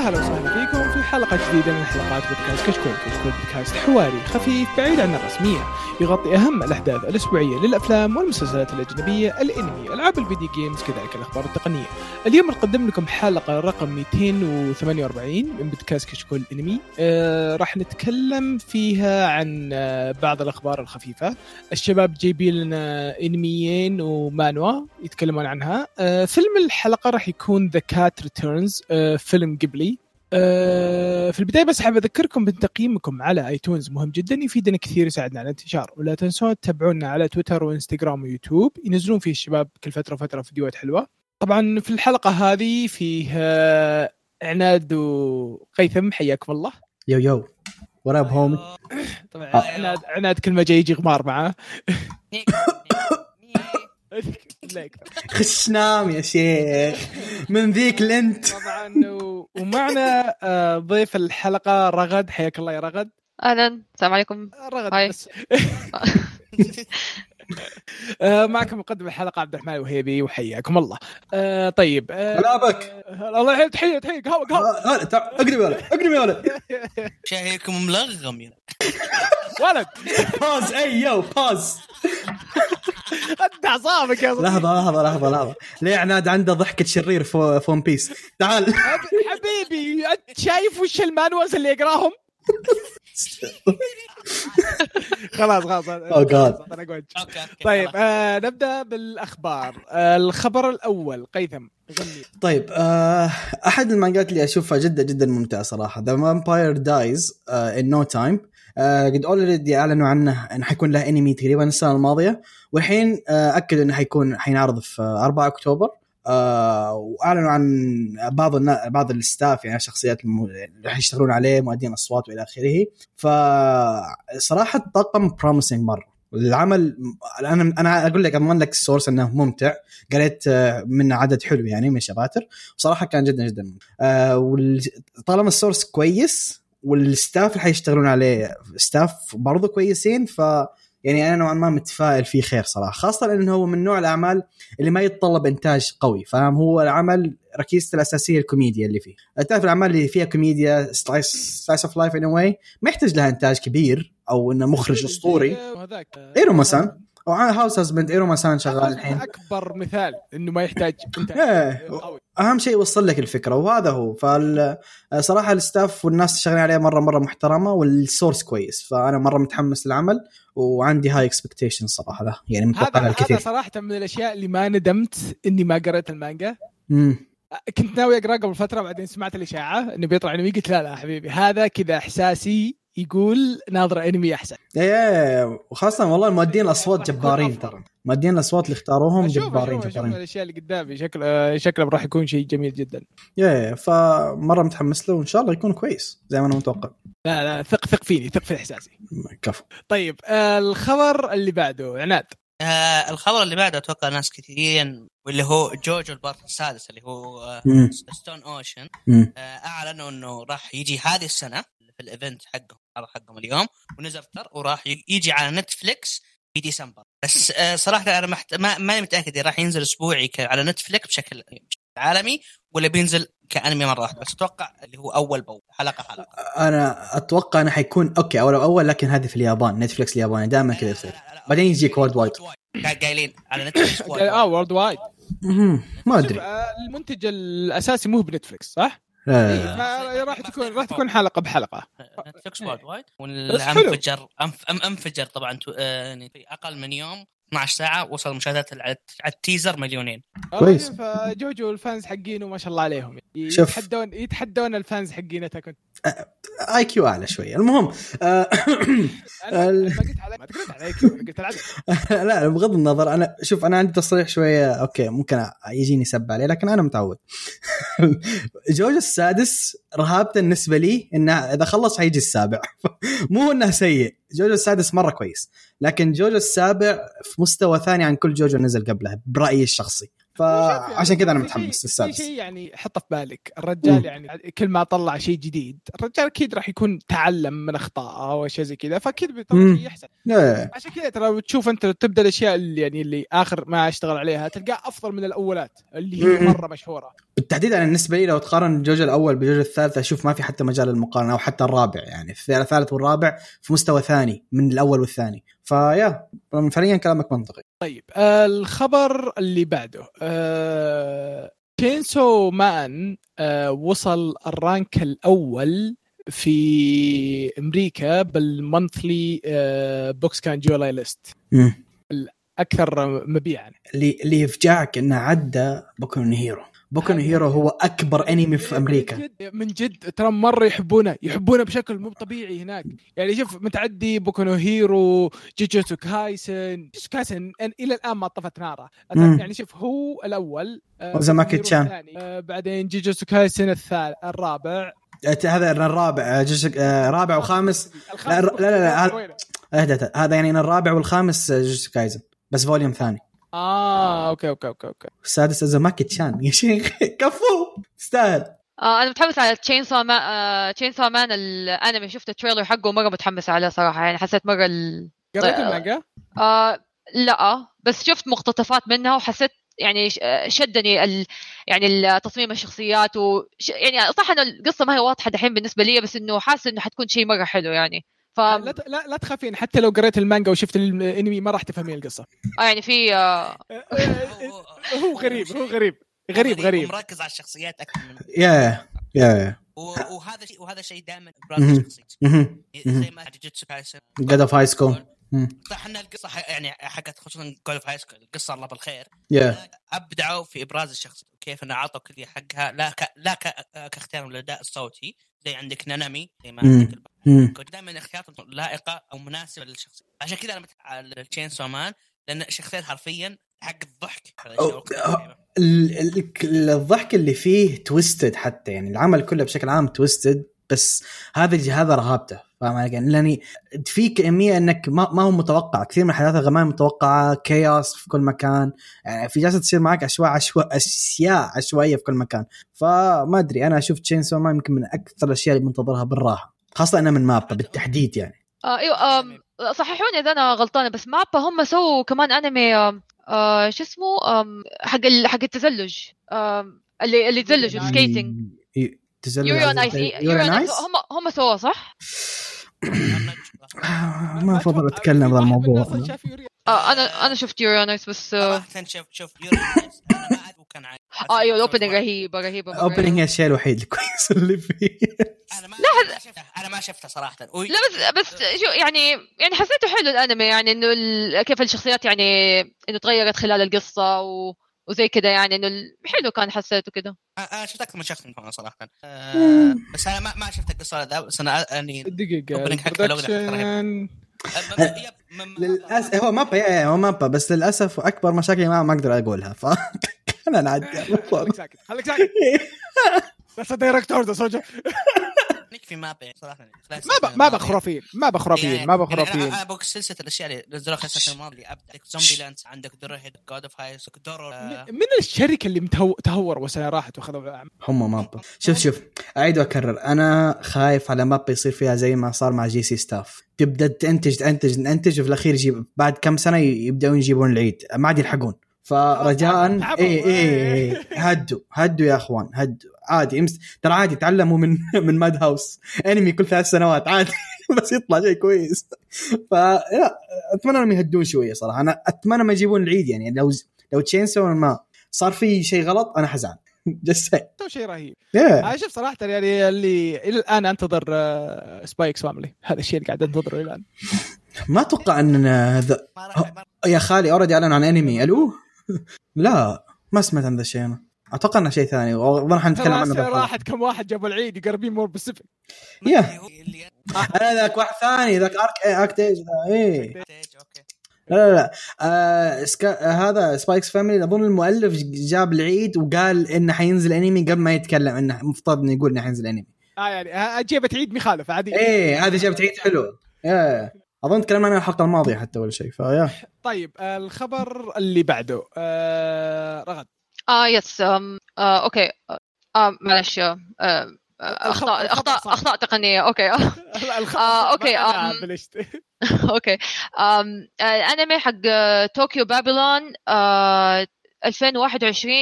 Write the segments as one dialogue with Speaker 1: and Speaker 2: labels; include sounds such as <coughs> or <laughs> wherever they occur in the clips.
Speaker 1: اهلا وسهلا فيكم في حلقه جديده من حلقات بودكاست كشكول، كشكول بودكاست حواري خفيف بعيد عن الرسميه، يغطي اهم الاحداث الاسبوعيه للافلام والمسلسلات الاجنبيه، الانمي، العاب الفيديو جيمز، كذلك الاخبار التقنيه. اليوم نقدم لكم حلقه رقم 248 من بودكاست كشكول انمي، آه راح نتكلم فيها عن آه بعض الاخبار الخفيفه، الشباب جايبين لنا انميين ومانوا يتكلمون عنها آه، فيلم الحلقه راح يكون ذا كات ريتيرنز فيلم قبلي آه، في البدايه بس حاب اذكركم بتقييمكم على ايتونز مهم جدا يفيدنا كثير يساعدنا على الانتشار ولا تنسون تتابعونا على تويتر وانستغرام ويوتيوب ينزلون فيه الشباب كل فتره وفتره فيديوهات حلوه طبعا في الحلقه هذه فيه آه، عناد وقيثم حياكم الله
Speaker 2: يو يو وات اب <laughs> هوم
Speaker 1: طبعا
Speaker 2: آه.
Speaker 1: عناد عناد كل ما جاي يجي غمار معاه لا يكثر.
Speaker 2: خش نام يا شيخ من ذيك لنت
Speaker 1: طبعا و- ومعنا آه، ضيف الحلقه رغد حياك الله يا رغد
Speaker 3: اهلا السلام عليكم
Speaker 1: آه، رغد
Speaker 3: هاي.
Speaker 1: بس <laughs> آه، معكم مقدم الحلقه عبد الرحمن الوهيبي وحياكم الله آه، طيب آه،
Speaker 2: هلا بك
Speaker 1: آه، الله يحييك تحيه تحيه قهوه قهوه
Speaker 2: آه، هلا تعال، اقرب يا ولد اقرب يا ولد
Speaker 4: شايفكم ملغم يعني. يا
Speaker 1: ولد
Speaker 2: باز اي يو باز
Speaker 1: انت اعصابك يا صديقي
Speaker 2: لحظه لحظه لحظه لحظه ليه عناد عنده ضحكه شرير في في ون بيس تعال <laughs>
Speaker 1: حب- حبيبي انت شايف وش المانوز اللي يقراهم خلاص خلاص
Speaker 2: Oh God.
Speaker 1: خلاص، أنا أقول.
Speaker 4: اوكي اوكي
Speaker 1: طيب آه نبدا بالاخبار آه الخبر الاول قيثم غني
Speaker 2: طيب آه، احد المانجات اللي اشوفها جدا جدا ممتعه صراحه ذا فامباير دايز ان نو تايم آه، قد اوريدي اعلنوا عنه انه حيكون له انمي تقريبا السنه الماضيه والحين آه، اكدوا انه حيكون حينعرض في 4 اكتوبر آه، واعلنوا عن بعض النا... بعض الستاف يعني الشخصيات الم- اللي راح يشتغلون عليه مؤدين اصوات والى اخره فصراحه الطاقم بروميسنج مره العمل انا انا اقول لك اضمن لك السورس انه ممتع قريت آه، من عدد حلو يعني من الشباتر بصراحه كان جدا جدا ممتع. آه، وال- طالما السورس كويس والستاف اللي حيشتغلون عليه ستاف برضو كويسين ف يعني انا نوعا ما متفائل فيه خير صراحه خاصه انه هو من نوع الاعمال اللي ما يتطلب انتاج قوي فاهم هو العمل ركيزته الاساسيه الكوميديا اللي فيه آه، تعرف الاعمال اللي فيها كوميديا سلايس سلايس اوف لايف ان واي ما يحتاج لها انتاج كبير او انه مخرج اسطوري
Speaker 1: هذاك آه،
Speaker 2: ايرو مسان او هاوس هازبند ايرو مسان شغال الحين
Speaker 1: اكبر مثال انه ما
Speaker 2: <laughs>
Speaker 1: يحتاج انت
Speaker 2: إيه. <laughs> اهم شيء يوصل لك الفكره وهذا هو فصراحه الستاف والناس اللي شغالين عليه مره مره محترمه والسورس كويس فانا مره متحمس للعمل وعندي هاي اكسبكتيشن صراحه له يعني متوقع
Speaker 1: هذا
Speaker 2: لها
Speaker 1: هذا
Speaker 2: الكثير
Speaker 1: صراحه من الاشياء اللي ما ندمت اني ما قريت المانجا
Speaker 2: مم.
Speaker 1: كنت ناوي اقرا قبل فتره بعدين سمعت الاشاعه انه بيطلع انمي قلت لا لا حبيبي هذا كذا احساسي يقول ناظر انمي احسن
Speaker 2: ايه وخاصه والله مؤدين الاصوات جبارين ترى مؤدين الاصوات اللي اختاروهم
Speaker 1: أشوف-
Speaker 2: جبارين
Speaker 1: أشوف- أشوف
Speaker 2: جبارين
Speaker 1: الاشياء اللي قدامي شكله شكله راح يكون شيء جميل جدا
Speaker 2: ايه فمره متحمس له وان شاء الله يكون كويس زي ما انا متوقع
Speaker 1: لا لا آه، ثق ثق فيني ثق في احساسي
Speaker 2: كفو
Speaker 1: طيب آه، الخبر اللي بعده عناد
Speaker 4: آه الخبر اللي بعده اتوقع ناس كثيرين واللي هو جوجو البارت السادس اللي هو آه
Speaker 2: مم.
Speaker 4: ستون اوشن
Speaker 2: مم.
Speaker 4: آه اعلنوا انه راح يجي هذه السنه في الايفنت حقهم العرض حقهم اليوم ونزل تر وراح ي- يجي على نتفلكس في ديسمبر بس آه صراحه انا محت... ما ماني متاكد إذا راح ينزل اسبوعي ك... على نتفلكس بشكل بشكل عالمي ولا بينزل كانمي مره واحده بس اتوقع اللي هو اول باول حلقه حلقه
Speaker 2: انا اتوقع انه حيكون اوكي اول اول لكن هذه في اليابان نتفلكس الياباني دائما كذا يصير
Speaker 4: لا، لا، لا.
Speaker 2: بعدين يجيك world wide.
Speaker 4: قا- قايلين على نتفلكس world wide.
Speaker 1: اه وورلد وايد
Speaker 2: مهم. ما
Speaker 1: شوف،
Speaker 2: ادري
Speaker 1: آه، المنتج الاساسي مو بنتفلكس صح؟
Speaker 2: لا، لا، لا.
Speaker 1: إيه، راح تكون راح تكون حلقه بحلقه
Speaker 4: آه، نتفلكس
Speaker 1: إيه.
Speaker 4: وورد وايد
Speaker 1: بس حلو.
Speaker 4: والانفجر أنف- أم انفجر طبعا تو- آه، يعني في اقل من يوم 12 ساعه وصل مشاهدات على على التيزر
Speaker 1: <laughs>
Speaker 4: مليونين
Speaker 2: كويس.
Speaker 1: فجوجو الفانز آه، حقينه ما شاء الله عليهم
Speaker 2: شوف.
Speaker 1: يتحدون يتحدون الفانز حقين اتاك إيه.
Speaker 2: اي كيو اعلى شويه المهم آه، <coughs>
Speaker 1: انا أنا
Speaker 2: ال-
Speaker 1: ما قلت عليك ما قلت عليك أنا قلت
Speaker 2: <laughs>
Speaker 1: العدد
Speaker 2: لا بغض النظر انا شوف انا عندي تصريح شويه اوكي ممكن يجيني سب عليه لكن انا متعود <laughs> جوج السادس رهابته بالنسبه لي انه اذا خلص حيجي السابع <laughs> مو انه سيء جوجو السادس مره كويس لكن جوجو السابع في مستوى ثاني عن كل جوجو نزل قبله برايي الشخصي فعشان آه، كذا انا
Speaker 1: في
Speaker 2: متحمس
Speaker 1: شيء- في
Speaker 2: للسادس
Speaker 1: شيء يعني حطه في بالك الرجال
Speaker 2: مم.
Speaker 1: يعني كل ما طلع شيء جديد الرجال اكيد راح يكون تعلم من اخطائه او شيء زي كذا فاكيد بيطلع
Speaker 2: مم.
Speaker 1: شيء احسن
Speaker 2: إيه.
Speaker 1: عشان كذا ترى بتشوف انت لو تبدا الاشياء اللي يعني اللي اخر ما اشتغل عليها تلقاه افضل من الاولات اللي هي
Speaker 2: مم.
Speaker 1: مره مشهوره
Speaker 2: بالتحديد انا بالنسبه لي لو تقارن الجوجو الاول بالجوجو الثالث اشوف ما في حتى مجال للمقارنه او حتى الرابع يعني الث- الثالث والرابع في مستوى ثاني من الاول والثاني فيا فعليا كلامك منطقي
Speaker 1: طيب آه الخبر اللي بعده آه شينسو مان آه وصل الرانك الاول في امريكا بالمونثلي آه بوكس كان جولاي ليست
Speaker 2: مم.
Speaker 1: اكثر مبيعا
Speaker 2: اللي اللي يفجعك انه عدى بوكو نو هيرو بوكو نو هيرو هو اكبر انمي في
Speaker 1: إيه، من
Speaker 2: امريكا
Speaker 1: جد, من جد ترى مره يحبونه يحبونه بشكل مو طبيعي هناك يعني شوف متعدي بوكونو هيرو جيجوتو كايسن جيجوتو كايسن أن- الى الان ما طفت ناره أت-
Speaker 2: مم.
Speaker 1: يعني شوف هو الاول آه،
Speaker 2: وزماكي
Speaker 1: بوكو
Speaker 2: تشان.
Speaker 1: هيرو الثاني، آه، بعدين جيجوتو كايسن الثالث الرابع
Speaker 2: أت- هذا الرابع جوجو- آه، رابع وخامس
Speaker 1: الخامس
Speaker 2: لا، لا، لا، لا،
Speaker 1: بوكو هيرو.
Speaker 2: اهدى اهدى. هذا يعني أنا الرابع والخامس آه، جوجو كايزن بس فوليوم ثاني
Speaker 1: اه اوكي اوكي اوكي اوكي
Speaker 2: السادس ازوماكي تشان <laughs> يا شيخ كفو تستاهل
Speaker 3: آه انا متحمس على تشين سو مان آه تشين سو مان الانمي شفت التريلر حقه مره متحمس عليه صراحه يعني حسيت مره ال...
Speaker 1: قريت
Speaker 3: آه،
Speaker 1: المانجا؟
Speaker 3: آه لا بس شفت مقتطفات منها وحسيت يعني ش- آه، شدني ال... يعني ال- تصميم الشخصيات و... ش- يعني صح انه القصه ما هي واضحه دحين بالنسبه لي بس انه حاسه انه حتكون شيء مره حلو يعني ف
Speaker 1: لا ت- لا لا تخافين حتى لو قريت المانجا وشفت الانمي ما راح تفهمين القصه
Speaker 3: آه يعني في آه
Speaker 1: إيه، هو غريب هو غريب غريب غريب
Speaker 4: مركز على الشخصيات اكثر من
Speaker 2: يا
Speaker 1: <laughs>
Speaker 2: يا
Speaker 4: و- وهذا شيء وهذا شيء دائما
Speaker 2: مهم.
Speaker 4: ابراز شخصيته زي ما جوجوتسو كايسن
Speaker 2: جاد اوف هاي سكول
Speaker 4: صح ان القصه ح- يعني حقت خصوصا جول اوف هاي سكول القصه الله بالخير
Speaker 2: يا
Speaker 4: ابدعوا في ابراز الشخص كيف انه اعطوا كل حقها لا ك... لا ك... آه، كاختيار الاداء الصوتي زي عندك نانامي زي ما
Speaker 2: مم.
Speaker 4: عندك الب-
Speaker 2: مم.
Speaker 4: دائما اختياراتهم لائقه او مناسبه للشخصيه عشان كذا انا متع- على تشين سومان لان شخصيا حرفيا حق الضحك
Speaker 2: أو- ال- ال- ال- الضحك اللي فيه تويستد حتى يعني العمل كله بشكل عام تويستد بس هذا الج- هذا رهابته فاهم علي؟ يعني لاني في كميه انك ما, ما هو متوقع كثير من الحداثه غير ما هي متوقعه كياس في كل مكان يعني في جالسه تصير معك اشواء عشواء اشياء عشوائيه في كل مكان فما ادري انا اشوف تشين ما يمكن من اكثر الاشياء اللي منتظرها بالراحه خاصه انا من مابا بالتحديد يعني
Speaker 3: آه ايوه آم صححوني اذا انا غلطانه بس مابا هم سووا كمان انمي آم، آه شو اسمه آم، حق ال- حق التزلج آم، اللي اللي يتزلجوا السكيتنج
Speaker 2: ي- تزلج
Speaker 3: يوري اون ايس
Speaker 2: عزيزتي.
Speaker 3: يوري اون ايس هم هم سووه صح؟
Speaker 2: <coughs> آه، ما افضل
Speaker 1: أتوقع
Speaker 2: اتكلم
Speaker 1: في
Speaker 2: عن
Speaker 1: واحد من
Speaker 2: الموضوع
Speaker 1: الناس شاف يوريا.
Speaker 3: آه انا انا شفت يوري اون ايس بس آه
Speaker 4: صراحه شوف شوف يورو نايس، انا ما اعرف وكان عايز
Speaker 3: آه، ايوه الاوبننج رهيبه
Speaker 2: <laughs>
Speaker 3: رهيبه مرة
Speaker 2: اوبننج هي
Speaker 3: رهيبة.
Speaker 2: الشيء الوحيد الكويس اللي <laughs> فيه
Speaker 4: انا ما لا انا ما شفته صراحه وي-
Speaker 3: لا بس بس شو يعني يعني حسيته حلو الانمي يعني انه ال- كيف الشخصيات يعني انه تغيرت خلال القصه و وزي كده يعني انه ال- حلو كان حسيته كده
Speaker 4: أ- انا شفت اكثر من شخص منهم صراحه أه بس انا ما ما شفت القصه ذا بس انا يعني
Speaker 1: دقيقة
Speaker 4: أوبننج حقها لو لحظة
Speaker 1: البرودكشن-
Speaker 2: أه،
Speaker 4: أ- م- يب، م- م-
Speaker 2: للاسف هو مابا يا- يا هو مابا بس للاسف اكبر مشاكلي معه ما اقدر اقولها ف <laughs> انا نعدي <laughs>
Speaker 1: خليك ساكت خليك ساكت <laughs> بس دايركتور ذا سولجر
Speaker 4: نكفي ما بين صراحه
Speaker 1: ما ب- ما بخرافين ما بخرافين ما
Speaker 4: يعني
Speaker 1: بخرافين
Speaker 4: انا ابوك سلسله الاشياء اللي نزلوها خلال السنه الماضيه ابدا عندك زومبي لانس عندك دور هيد جود اوف هايس دور
Speaker 1: من الشركة اللي متهو- تهور وسنة راحت واخذوا أعمال؟
Speaker 2: هم مابا شوف شوف اعيد واكرر انا خايف على مابا يصير فيها زي ما صار مع جي سي ستاف تبدا تنتج تنتج تنتج وفي الاخير يجيب بعد كم سنه يبداون يجيبون العيد ما عاد يلحقون إيه، فرجاء
Speaker 1: تعبوا.
Speaker 2: اي اي إيه. هدوا هدوا يا اخوان هدوا عادي امس ترى عادي تعلموا من <laughs> من ماد هاوس انمي كل ثلاث سنوات عادي <laughs> بس يطلع شيء كويس فلا اتمنى انهم يهدون شويه صراحه انا اتمنى ما يجيبون العيد يعني لو لو تشينسو ما صار في شيء غلط انا حزعل <laughs> جس
Speaker 1: تو شيء رهيب
Speaker 2: yeah.
Speaker 1: انا شوف صراحة يعني اللي الى الان انتظر آه، سبايكس فاملي هذا الشيء اللي قاعد انتظره الى الان
Speaker 2: ما اتوقع اننا ذا
Speaker 4: ما راح ما راح-
Speaker 2: يا خالي اوريدي اعلن عن انمي الو <laughs> لا ما سمعت عن ذا الشيء انا اتوقع انه شيء ثاني واظن حنتكلم
Speaker 1: ترى
Speaker 2: عنه <laughs>
Speaker 1: السنة
Speaker 2: بالحلقة.
Speaker 1: راحت كم واحد جابوا العيد يقربين مور بسيفيك
Speaker 2: يا.
Speaker 4: هو اللي
Speaker 2: انا ذاك واحد ثاني ذاك ارك اركتيج ذا ايه
Speaker 4: ينتج، اوكي
Speaker 2: لا لا لا آه سكا... آه هذا سبايكس فاميلي اظن المؤلف ج- جاب العيد وقال انه حينزل انمي قبل ما يتكلم انه المفترض انه يقول انه حينزل انمي
Speaker 1: اه يعني آه، جيبت عيد مخالف عادي
Speaker 2: ايه هذه جابت عيد حلو يا اظن تكلمنا عنها الحلقه الماضيه حتى ولا شيء فيا
Speaker 1: طيب آه، الخبر اللي بعده آه، رغد
Speaker 3: اه يس آم، آه اوكي آه معلش آه، آه،
Speaker 1: الخطأ-
Speaker 3: اخطاء
Speaker 1: الخطأ
Speaker 3: اخطاء
Speaker 1: صعب.
Speaker 3: اخطاء تقنيه اوكي
Speaker 1: <laughs> الخطأ
Speaker 3: آه،
Speaker 1: صعب،
Speaker 3: أوكي،
Speaker 1: أنا
Speaker 3: آم.
Speaker 1: بلشت. <laughs>
Speaker 3: <laughs> اوكي أم الانمي حق آه، طوكيو بابلون آه، 2021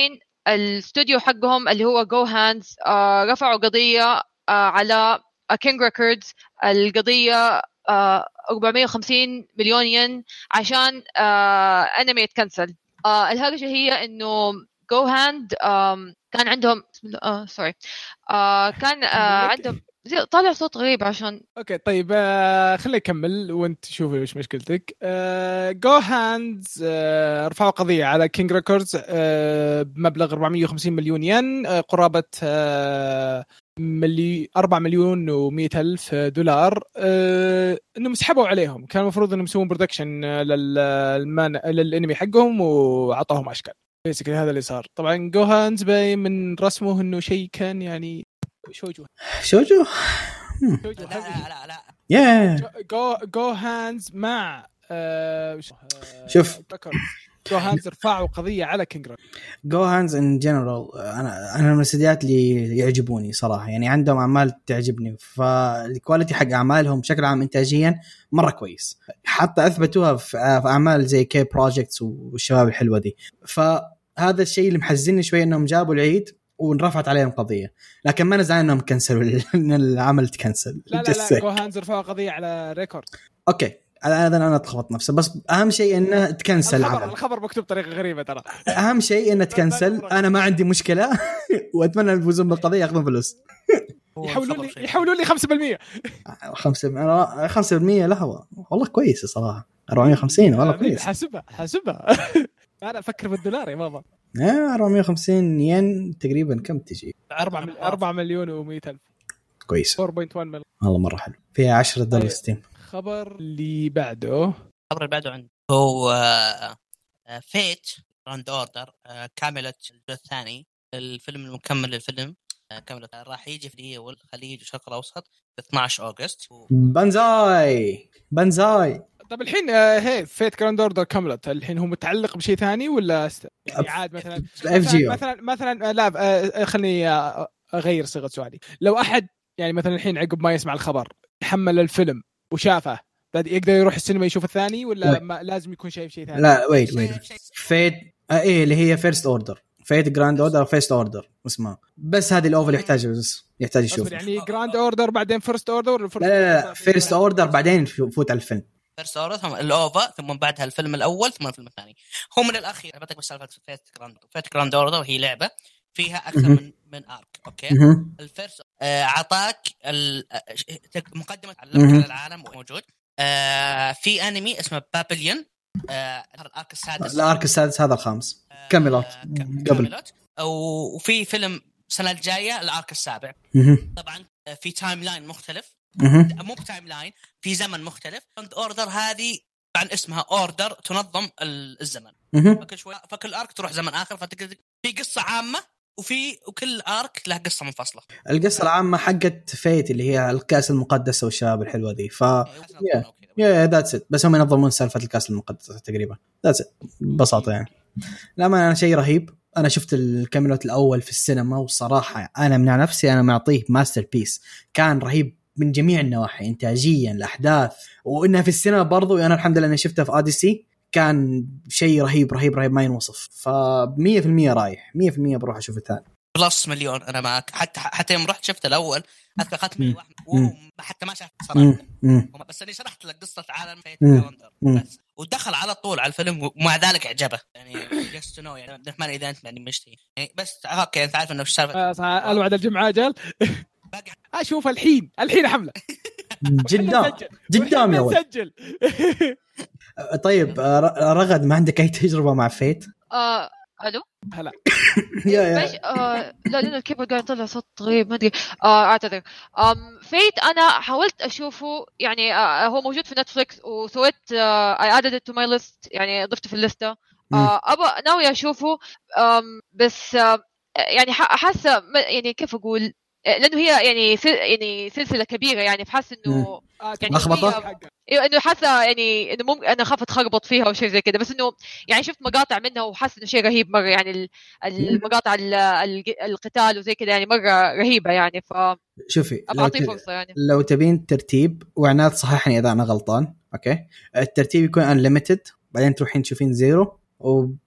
Speaker 3: الاستوديو حقهم اللي هو جو هاندز رفعوا قضيه آه، على كينج ريكوردز القضيه آه، 450 مليون ين عشان آه، انمي يتكنسل آه، الهرجه هي انه جو هاند آم، كان عندهم آه، سوري آه، كان آه،
Speaker 1: <laughs>
Speaker 3: عندهم زي- طالع صوت غريب عشان
Speaker 1: اوكي طيب آه خليني اكمل وانت شوفي وش مشكلتك آه جو هاندز آه رفعوا قضيه على كينج ريكوردز آه بمبلغ 450 مليون ين آه قرابه آه ملي 4 مليون و100 الف دولار آه انهم سحبوا عليهم كان المفروض انهم يسوون آه، برودكشن للانمي حقهم واعطاهم اشكال بيسكلي هذا اللي صار طبعا جو هاندز باين من رسمه انه شيء كان يعني شوجو
Speaker 2: شوجو
Speaker 1: شوجو
Speaker 4: لا لا لا, لا.
Speaker 2: يا
Speaker 1: جو جو هاندز مع آه، وش- آه،
Speaker 2: شوف.
Speaker 1: بكر. جو هاندز رفعوا قضيه على كينج ريكوردز.
Speaker 2: جو هاندز ان جنرال انا انا uh, من الاستديوهات اللي يعجبوني صراحه يعني عندهم اعمال تعجبني فالكواليتي حق اعمالهم بشكل عام انتاجيا مره كويس حتى اثبتوها في في اعمال زي كي بروجكتس والشباب الحلوه دي فهذا الشيء اللي محزني شوي انهم جابوا العيد ونرفعت عليهم قضيه لكن ما انا زعلان انهم كنسلوا <laughs> ان العمل تكنسل
Speaker 1: لا لا لا جو هاندز رفعوا قضيه على ريكورد
Speaker 2: اوكي انا أنا- انا اتخبط نفسي بس اهم شيء انه تكنسل
Speaker 1: الخبر
Speaker 2: العمل
Speaker 1: الخبر مكتوب بطريقه غريبه ترى
Speaker 2: اهم شيء انه تكنسل انا ما عندي مشكله <laughs> واتمنى إن يفوزون بالقضيه ياخذون فلوس
Speaker 4: هو
Speaker 1: يحولون
Speaker 4: الخبر
Speaker 1: لي
Speaker 4: شيء.
Speaker 1: يحولون لي 5%
Speaker 2: 5 5% لحظه والله كويسه صراحه 450 والله
Speaker 1: آمين،
Speaker 2: كويس
Speaker 1: حاسبها حاسبها <laughs> انا افكر بالدولار يا بابا
Speaker 2: آه، 450 yen تقريبا كم تجي
Speaker 1: 4 مل... 4 مليون و100 الف
Speaker 2: كويس
Speaker 1: 4.1 مليون
Speaker 2: والله مره حلو فيها 10 دولار
Speaker 1: طيب.
Speaker 2: ستيم
Speaker 1: الخبر اللي بعده
Speaker 4: الخبر اللي بعده عندي هو آه، آه، فيت راند اوردر كاملت آه، الجزء الثاني الفيلم المكمل للفيلم آه، كاملت راح يجي في الدقيقة والخليج والشرق الاوسط في 12 اوغست و-
Speaker 2: بنزاي بنزاي
Speaker 1: طب الحين آه، هي فيت جراند اوردر كملت الحين هو متعلق بشيء ثاني ولا است... يعني عاد مثلا
Speaker 2: اف جي
Speaker 1: مثلا مثلا, مثلا آه، لا آه، آه، خلني آه، اغير صيغه سؤالي لو احد يعني مثلا الحين عقب ما يسمع الخبر حمل الفيلم وشافه بعد يقدر يروح السينما يشوف الثاني ولا
Speaker 2: لا.
Speaker 1: ما لازم يكون شايف شيء ثاني
Speaker 2: لا ويت ويت فيت آه، ايه اللي هي فيرست اوردر فيت جراند اوردر فيرست اوردر اسمها بس هذه الاوفر يحتاج بس يحتاج
Speaker 1: أصبر،
Speaker 2: يشوف لا
Speaker 1: يعني جراند اوردر بعدين فيرست اوردر لا
Speaker 2: لا لا فيرست اوردر بعدين فوت على الفيلم
Speaker 4: فيرست اوردر ثم الاوفا ثم بعدها الفيلم الاول ثم الفيلم الثاني هو من الاخير اعطيك بس سالفه فيت جراند فيت جراند اوردر هي لعبه فيها اكثر
Speaker 2: مهم.
Speaker 4: من من ارك اوكي
Speaker 2: مهم.
Speaker 4: الفيرست آه، عطاك ال- آه، ش- تك- مقدمه
Speaker 2: مهم.
Speaker 4: على العالم موجود آه، في انمي اسمه بابليون الارك السادس آه،
Speaker 2: الارك السادس هذا الخامس كاميلوت قبل
Speaker 4: كاميلوت أو- وفي فيلم السنه الجايه الارك السابع
Speaker 2: مهم.
Speaker 4: طبعا آه، في تايم لاين مختلف
Speaker 2: مهم.
Speaker 4: مو بتايم لاين في زمن مختلف فرنت اوردر هذه طبعا اسمها اوردر تنظم ال- الزمن
Speaker 2: مهم.
Speaker 4: فكل شوي فكل ارك تروح زمن اخر فتقدر في قصه عامه وفي وكل ارك له قصه منفصله
Speaker 2: القصه العامه حقت فيت اللي هي الكاس المقدسه والشباب الحلوه ذي ف يا يا ذاتس ات بس هم ينظمون سالفه الكاس المقدسه تقريبا ذاتس ات ببساطه يعني لا ما انا شيء رهيب انا شفت الكاميلوت الاول في السينما والصراحه انا من نفسي انا معطيه ماستر بيس كان رهيب من جميع النواحي انتاجيا الاحداث وانها في السينما برضو وانا الحمد لله اني شفتها في اوديسي كان شيء رهيب رهيب رهيب ما ينوصف ف 100% رايح 100% بروح اشوف الثاني
Speaker 4: بلس مليون انا معك حتى حتى يوم رحت شفت الاول اذكر اخذت مني
Speaker 2: مم.
Speaker 4: واحد وهو حتى ما شاف صراحه
Speaker 2: امم
Speaker 4: وما- بس اني شرحت لك قصه عالم فيت
Speaker 2: مم.
Speaker 4: كالندر
Speaker 2: مم.
Speaker 4: بس ودخل على طول على الفيلم ومع ذلك اعجبه يعني جست تو نو يعني عبد الرحمن اذا انت يعني مشتهي يعني بس اوكي انت عارف انه وش
Speaker 2: آه.
Speaker 1: آه،
Speaker 4: السالفه
Speaker 1: الوعد الجمعه جال
Speaker 4: باقي
Speaker 1: اشوف الحين الحين حمله
Speaker 2: جدا قدام يا ولد
Speaker 1: سجل
Speaker 2: طيب آه، ر- رغد ما عندك اي تجربه مع فيت
Speaker 3: آه، الو
Speaker 1: <laughs> هلا
Speaker 2: يا
Speaker 3: ماشي آه لا لانه الكيبورد قاعد يطلع صوت غريب ما ادري آه اعتذر أم فيت انا حاولت اشوفه يعني آه هو موجود في نتفلكس وسويت آه، اي ادد تو ماي ليست يعني ضفته في الليسته آه ابى ناوي اشوفه أم بس آه يعني ح- حاسه ما- يعني كيف اقول لانه هي يعني سل... يعني سلسله كبيره يعني فحاسس انه
Speaker 1: آه،
Speaker 3: يعني
Speaker 2: لخبطة؟
Speaker 1: حقها.
Speaker 3: ايوه انه حاسه يعني انه مم... انا خاف اتخربط فيها او شيء زي كذا بس انه يعني شفت مقاطع منها وحاسه انه شيء رهيب مره يعني ال- المقاطع ال- ال- القتال وزي كذا يعني مره رهيبه يعني فابغى
Speaker 2: شوفي لو
Speaker 3: اعطيه
Speaker 2: ت-
Speaker 3: فرصه يعني
Speaker 2: لو تبين ترتيب وعناد صححني اذا انا غلطان اوكي الترتيب يكون انليمتد بعدين تروحين تشوفين زيرو وب...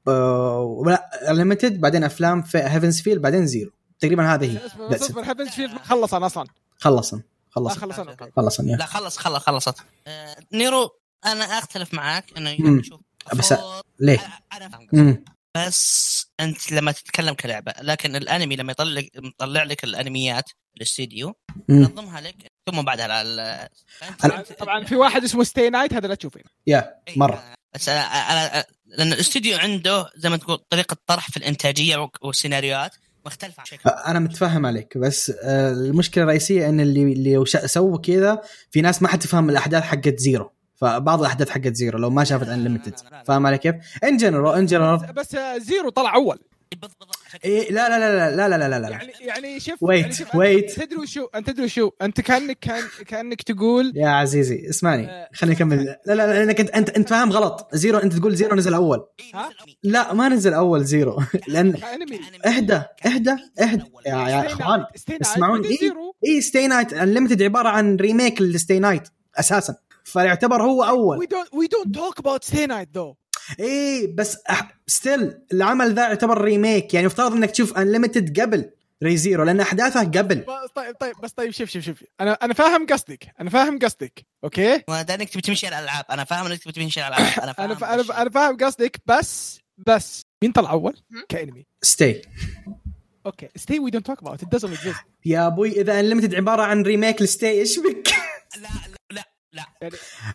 Speaker 2: ولا انليمتد بعدين افلام في هيفنز فيل بعدين زيرو تقريبا هذه هي
Speaker 1: اصبر
Speaker 2: That's it.
Speaker 1: اصبر هيفنز فيلد خلصنا اصلا
Speaker 2: خلصن
Speaker 1: آه،
Speaker 2: خلصن
Speaker 1: خلصنا أوكي.
Speaker 2: خلصن يا
Speaker 4: لا خلص خلص خلصت آه نيرو انا اختلف معاك انه
Speaker 2: مم.
Speaker 4: شوف
Speaker 2: بس-
Speaker 4: أفور-
Speaker 2: ليه؟
Speaker 4: أنا- انا فاهم قصدك.
Speaker 2: مم.
Speaker 4: بس انت لما تتكلم كلعبه لكن الانمي لما يطلع لك مطلع لك الانميات الاستديو
Speaker 2: مم.
Speaker 4: ينظمها لك ثم بعدها ال- فأنت-
Speaker 1: طبعا- طبعا آه، في واحد اسمه ستي نايت هذا لا تشوفينه
Speaker 2: يا
Speaker 4: إيه،
Speaker 2: مرة.
Speaker 4: أنا- بس انا انا لان الاستوديو عنده زي ما تقول طريقه طرح في الانتاجيه وك- والسيناريوهات مختلفه عن شكل
Speaker 2: انا متفهم عليك بس آه، المشكله الرئيسيه ان اللي اللي وش- سووا كذا في ناس ما حتفهم الاحداث حقت زيرو فبعض الاحداث حقت زيرو لو ما شافت انليمتد
Speaker 4: لا، لا، لا.
Speaker 2: فاهم علي كيف؟ ان جنرال ان
Speaker 1: بس,
Speaker 2: جنرال
Speaker 1: بس آه، زيرو طلع اول
Speaker 4: بالضبط عشان كذا.
Speaker 2: إيه لا لا لا لا لا لا لا لا لا
Speaker 1: يعني يعني شوف
Speaker 2: Wait,
Speaker 1: يعني شوف أنت-
Speaker 2: wait.
Speaker 1: تدري شو انت تدري شو انت كانك كان كانك تقول
Speaker 2: يا عزيزي اسمعني خليني اكمل لا لا لا لانك انت انت فاهم غلط زيرو انت تقول زيرو نزل اول
Speaker 4: إيه،
Speaker 1: ها؟
Speaker 4: مثل-
Speaker 2: لا ما نزل اول زيرو <laughs> لان
Speaker 1: كانمي
Speaker 2: اهدى اهدى اهدى يا, يا اخوان اسمعوني.
Speaker 1: إيه؟ زيرو
Speaker 2: اي ستي نايت انليمتد عباره عن ريميك لستي نايت اساسا فيعتبر هو اول
Speaker 1: وي دونت وي دونت توك اباوت ستي نايت ذو
Speaker 2: ايه بس أح... ستيل العمل ذا يعتبر ريميك يعني يفترض انك تشوف انليمتد قبل ري زيرو لان احداثه قبل
Speaker 1: طيب طيب بس طيب شوف شوف شوف انا انا فاهم قصدك انا فاهم قصدك اوكي
Speaker 4: وده انك تبي تمشي على الالعاب انا فاهم انك تبي تمشي على الالعاب انا فاهم
Speaker 1: انا ف... انا ف...
Speaker 4: بس-
Speaker 1: انا فاهم قصدك بس بس مين طلع اول
Speaker 3: هم؟
Speaker 1: كانمي
Speaker 2: ستي
Speaker 1: اوكي ستي وي دونت توك اباوت ات دزنت <laughs> اكزيست
Speaker 2: يا ابوي اذا انليمتد عباره عن ريميك لستي ايش بك؟ <laughs>
Speaker 4: لا لا لا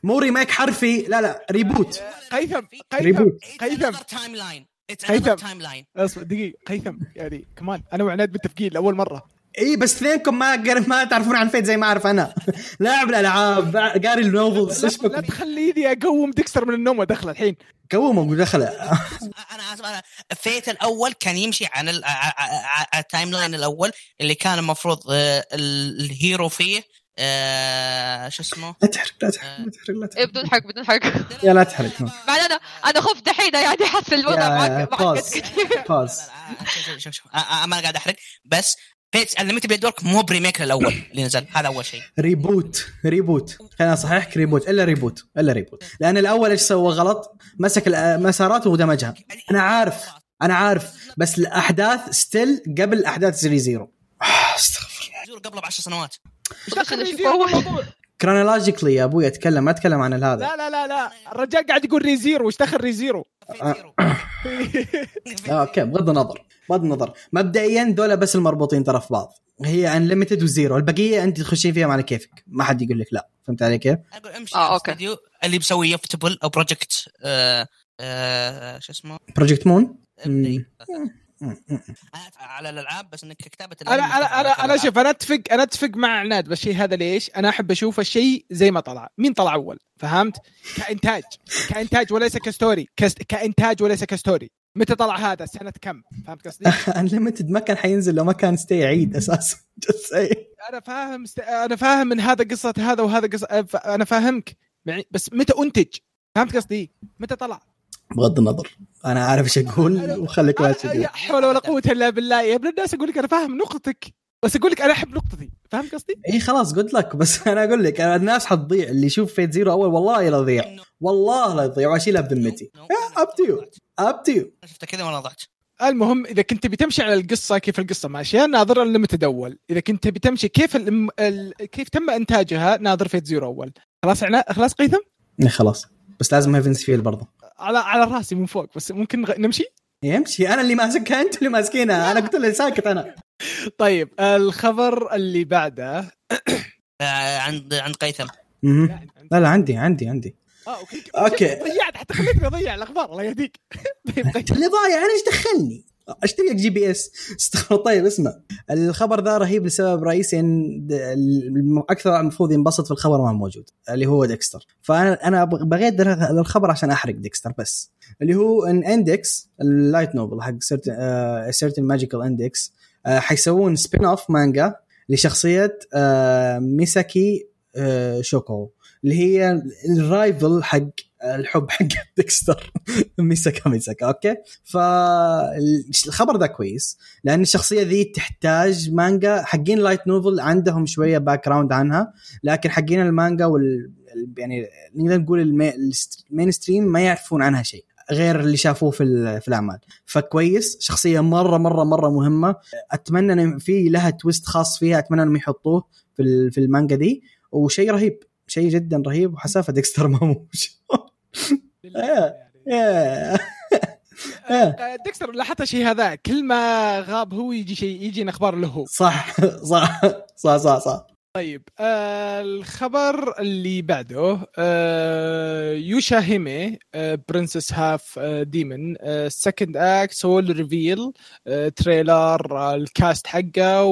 Speaker 2: مو ريميك حرفي لا لا ريبوت
Speaker 1: قيثم قيثم
Speaker 2: ريبوت
Speaker 1: قيثم.
Speaker 4: تايم لاين
Speaker 1: قيثم.
Speaker 4: تايم لاين
Speaker 1: اصبر دقيقه قيثم يعني كمان انا وعناد متفقين لاول مره
Speaker 2: اي إيه، بس اثنينكم ما قر- ما تعرفون عن فيت زي ما اعرف انا لاعب الالعاب قاري النوفلز ايش
Speaker 1: لا, لا
Speaker 2: بك؟
Speaker 1: تخليني اقوم ديكستر من النوم ودخله الحين
Speaker 2: قوموا ودخله
Speaker 4: انا اسف انا فيت الاول كان يمشي عن ال- ع- ع- ع- التايم لاين الاول اللي كان المفروض آه، ال- الهيرو فيه آه، شو اسمه
Speaker 2: لا تحرق لا تحرق لا تحرق لا
Speaker 3: إيه،
Speaker 2: تحرق
Speaker 3: بدون حق بدون حق
Speaker 2: يا لا تحرك.
Speaker 3: <laughs> مع إن انا انا خفت دحين يعني حاسه الوضع
Speaker 2: يا-
Speaker 3: معك معقد <laughs>
Speaker 2: pause.
Speaker 3: كثير
Speaker 2: باز.
Speaker 4: لا، لا، لا، شوف شوف شوف آه، آه، ما أنا قاعد احرق بس فيت انليمتد بليد ورك مو بريميك الاول اللي نزل هذا اول شيء
Speaker 2: ريبوت ريبوت خلينا صحيحك ريبوت الا ريبوت الا ريبوت لان الاول ايش سوى غلط مسك الأ- مسارات ودمجها انا عارف انا عارف بس الاحداث ستيل قبل احداث زيري زيرو آه، استغفر
Speaker 4: زور قبله ب 10 سنوات
Speaker 3: بس أنا أشوفه أول.
Speaker 2: كرونولوجيكلي يا ابوي اتكلم ما اتكلم عن هذا
Speaker 1: لا لا لا لا الرجال قاعد يقول ريزيرو وش دخل ريزيرو
Speaker 4: فيت
Speaker 2: آه.
Speaker 4: هيرو. فيت
Speaker 2: آه، اوكي بغض النظر بغض النظر مبدئيا دولة بس المربوطين ترى في بعض هي انليمتد وزيرو البقيه انت تخشين فيها على كيفك ما حد يقول لك لا فهمت علي كيف؟
Speaker 4: اقول امشي
Speaker 3: آه،
Speaker 4: آه،
Speaker 3: أوكي.
Speaker 4: استوديو اللي مسوي يفتبل او بروجكت آه، آه، شو اسمه
Speaker 2: بروجكت <laughs> مون
Speaker 4: ابدي.
Speaker 2: مم، مم.
Speaker 4: أنا أتفق على الالعاب بس انك كتابه
Speaker 1: انا انا انا انا شوف انا اتفق انا اتفق مع عناد بس الشيء هذا ليش؟ انا احب اشوف الشيء زي ما طلع، مين طلع اول؟ فهمت؟ كانتاج كانتاج وليس كستوري كست... كانتاج وليس كستوري متى طلع هذا؟ سنه كم؟ فهمت قصدي؟
Speaker 2: انليمتد ما كان حينزل لو ما كان ستي عيد اساسا <laughs> Just saying.
Speaker 1: انا فاهم است... انا فاهم من هذا قصه هذا وهذا قصه أه، ف- انا فاهمك يعني بس متى انتج؟ فهمت قصدي؟ متى طلع؟
Speaker 2: بغض النظر انا عارف ايش اقول وخليك لا
Speaker 1: أنا...
Speaker 2: تسجل
Speaker 1: لا حول ولا قوه الا بالله يا ابن الناس اقول لك انا فاهم نقطتك بس اقول لك انا احب نقطتي، فهمت قصدي؟
Speaker 2: اي إيه، خلاص قلت لك بس <laughs> انا اقول لك أنا الناس حتضيع اللي يشوف فيت زيرو اول والله لا يضيع والله لا يضيع واشيلها بذمتي up to you. اب تو يو
Speaker 4: شفته كذا وانا ضعت
Speaker 1: المهم اذا كنت بتمشي على القصه كيف القصه ماشيه ناظر الليمتد اول اذا كنت بتمشي كيف الم... ال... كيف تم انتاجها ناظر فيت زيرو اول خلاص عنا... خلاص قيثم
Speaker 2: إيه، خلاص بس لازم هيفنز فيل برضه
Speaker 1: على على راسي من فوق بس ممكن نغ... نمشي
Speaker 2: يمشي انا اللي ماسكها انت اللي ماسكينها انا قلت له ساكت انا
Speaker 1: طيب الخبر اللي بعده
Speaker 4: آه، عند عند قيثم
Speaker 2: مهم. لا لا عندي عندي عندي
Speaker 1: اه اوكي
Speaker 2: أوكي.
Speaker 1: ضيعت حتى خليتني اضيع الاخبار الله يهديك <laughs> طيب طيب
Speaker 2: <laughs> اللي ضايع انا ايش يعني دخلني؟ اشتري لك جي بي اس <laughs> استغفر طيب اسمع الخبر ذا رهيب لسبب رئيسي ان د- الم- اكثر المفروض ينبسط في الخبر ما هو موجود اللي هو ديكستر فانا انا بغ- بغيت در- هذا الخبر عشان احرق ديكستر بس اللي هو ان اندكس آه، اللايت نوفل حق سيرتن ماجيكال اندكس حيسوون سبين اوف مانجا لشخصيه آه، ميساكي آه، شوكو اللي هي الرايفل حق الحب حق <laughs> ديكستر ميساكا ميساكا اوكي فالخبر ده كويس لان الشخصيه ذي تحتاج مانجا حقين لايت نوفل عندهم شويه باك جراوند عنها لكن حقين المانجا وال يعني نقدر نقول المي- المين ستريم ما يعرفون عنها شيء غير اللي شافوه في ال- في الاعمال فكويس شخصيه مره مره مره مهمه اتمنى ان في لها تويست خاص فيها اتمنى انهم يحطوه في ال- في المانجا دي وشيء رهيب شيء جدا رهيب وحسافه ديكستر ماموش <laughs>
Speaker 1: لله يعني.
Speaker 2: يا. إيه.
Speaker 1: آه، ديكستر لاحظت شيء هذا كل ما غاب هو يجي شيء يجينا اخبار له هو
Speaker 2: صح صح صح صح صح
Speaker 1: طيب آه الخبر اللي بعده آه يوشا هيمي آه برنسس هاف آه ديمن آه سكند اكت سول ريفيل آه تريلر آه الكاست حقه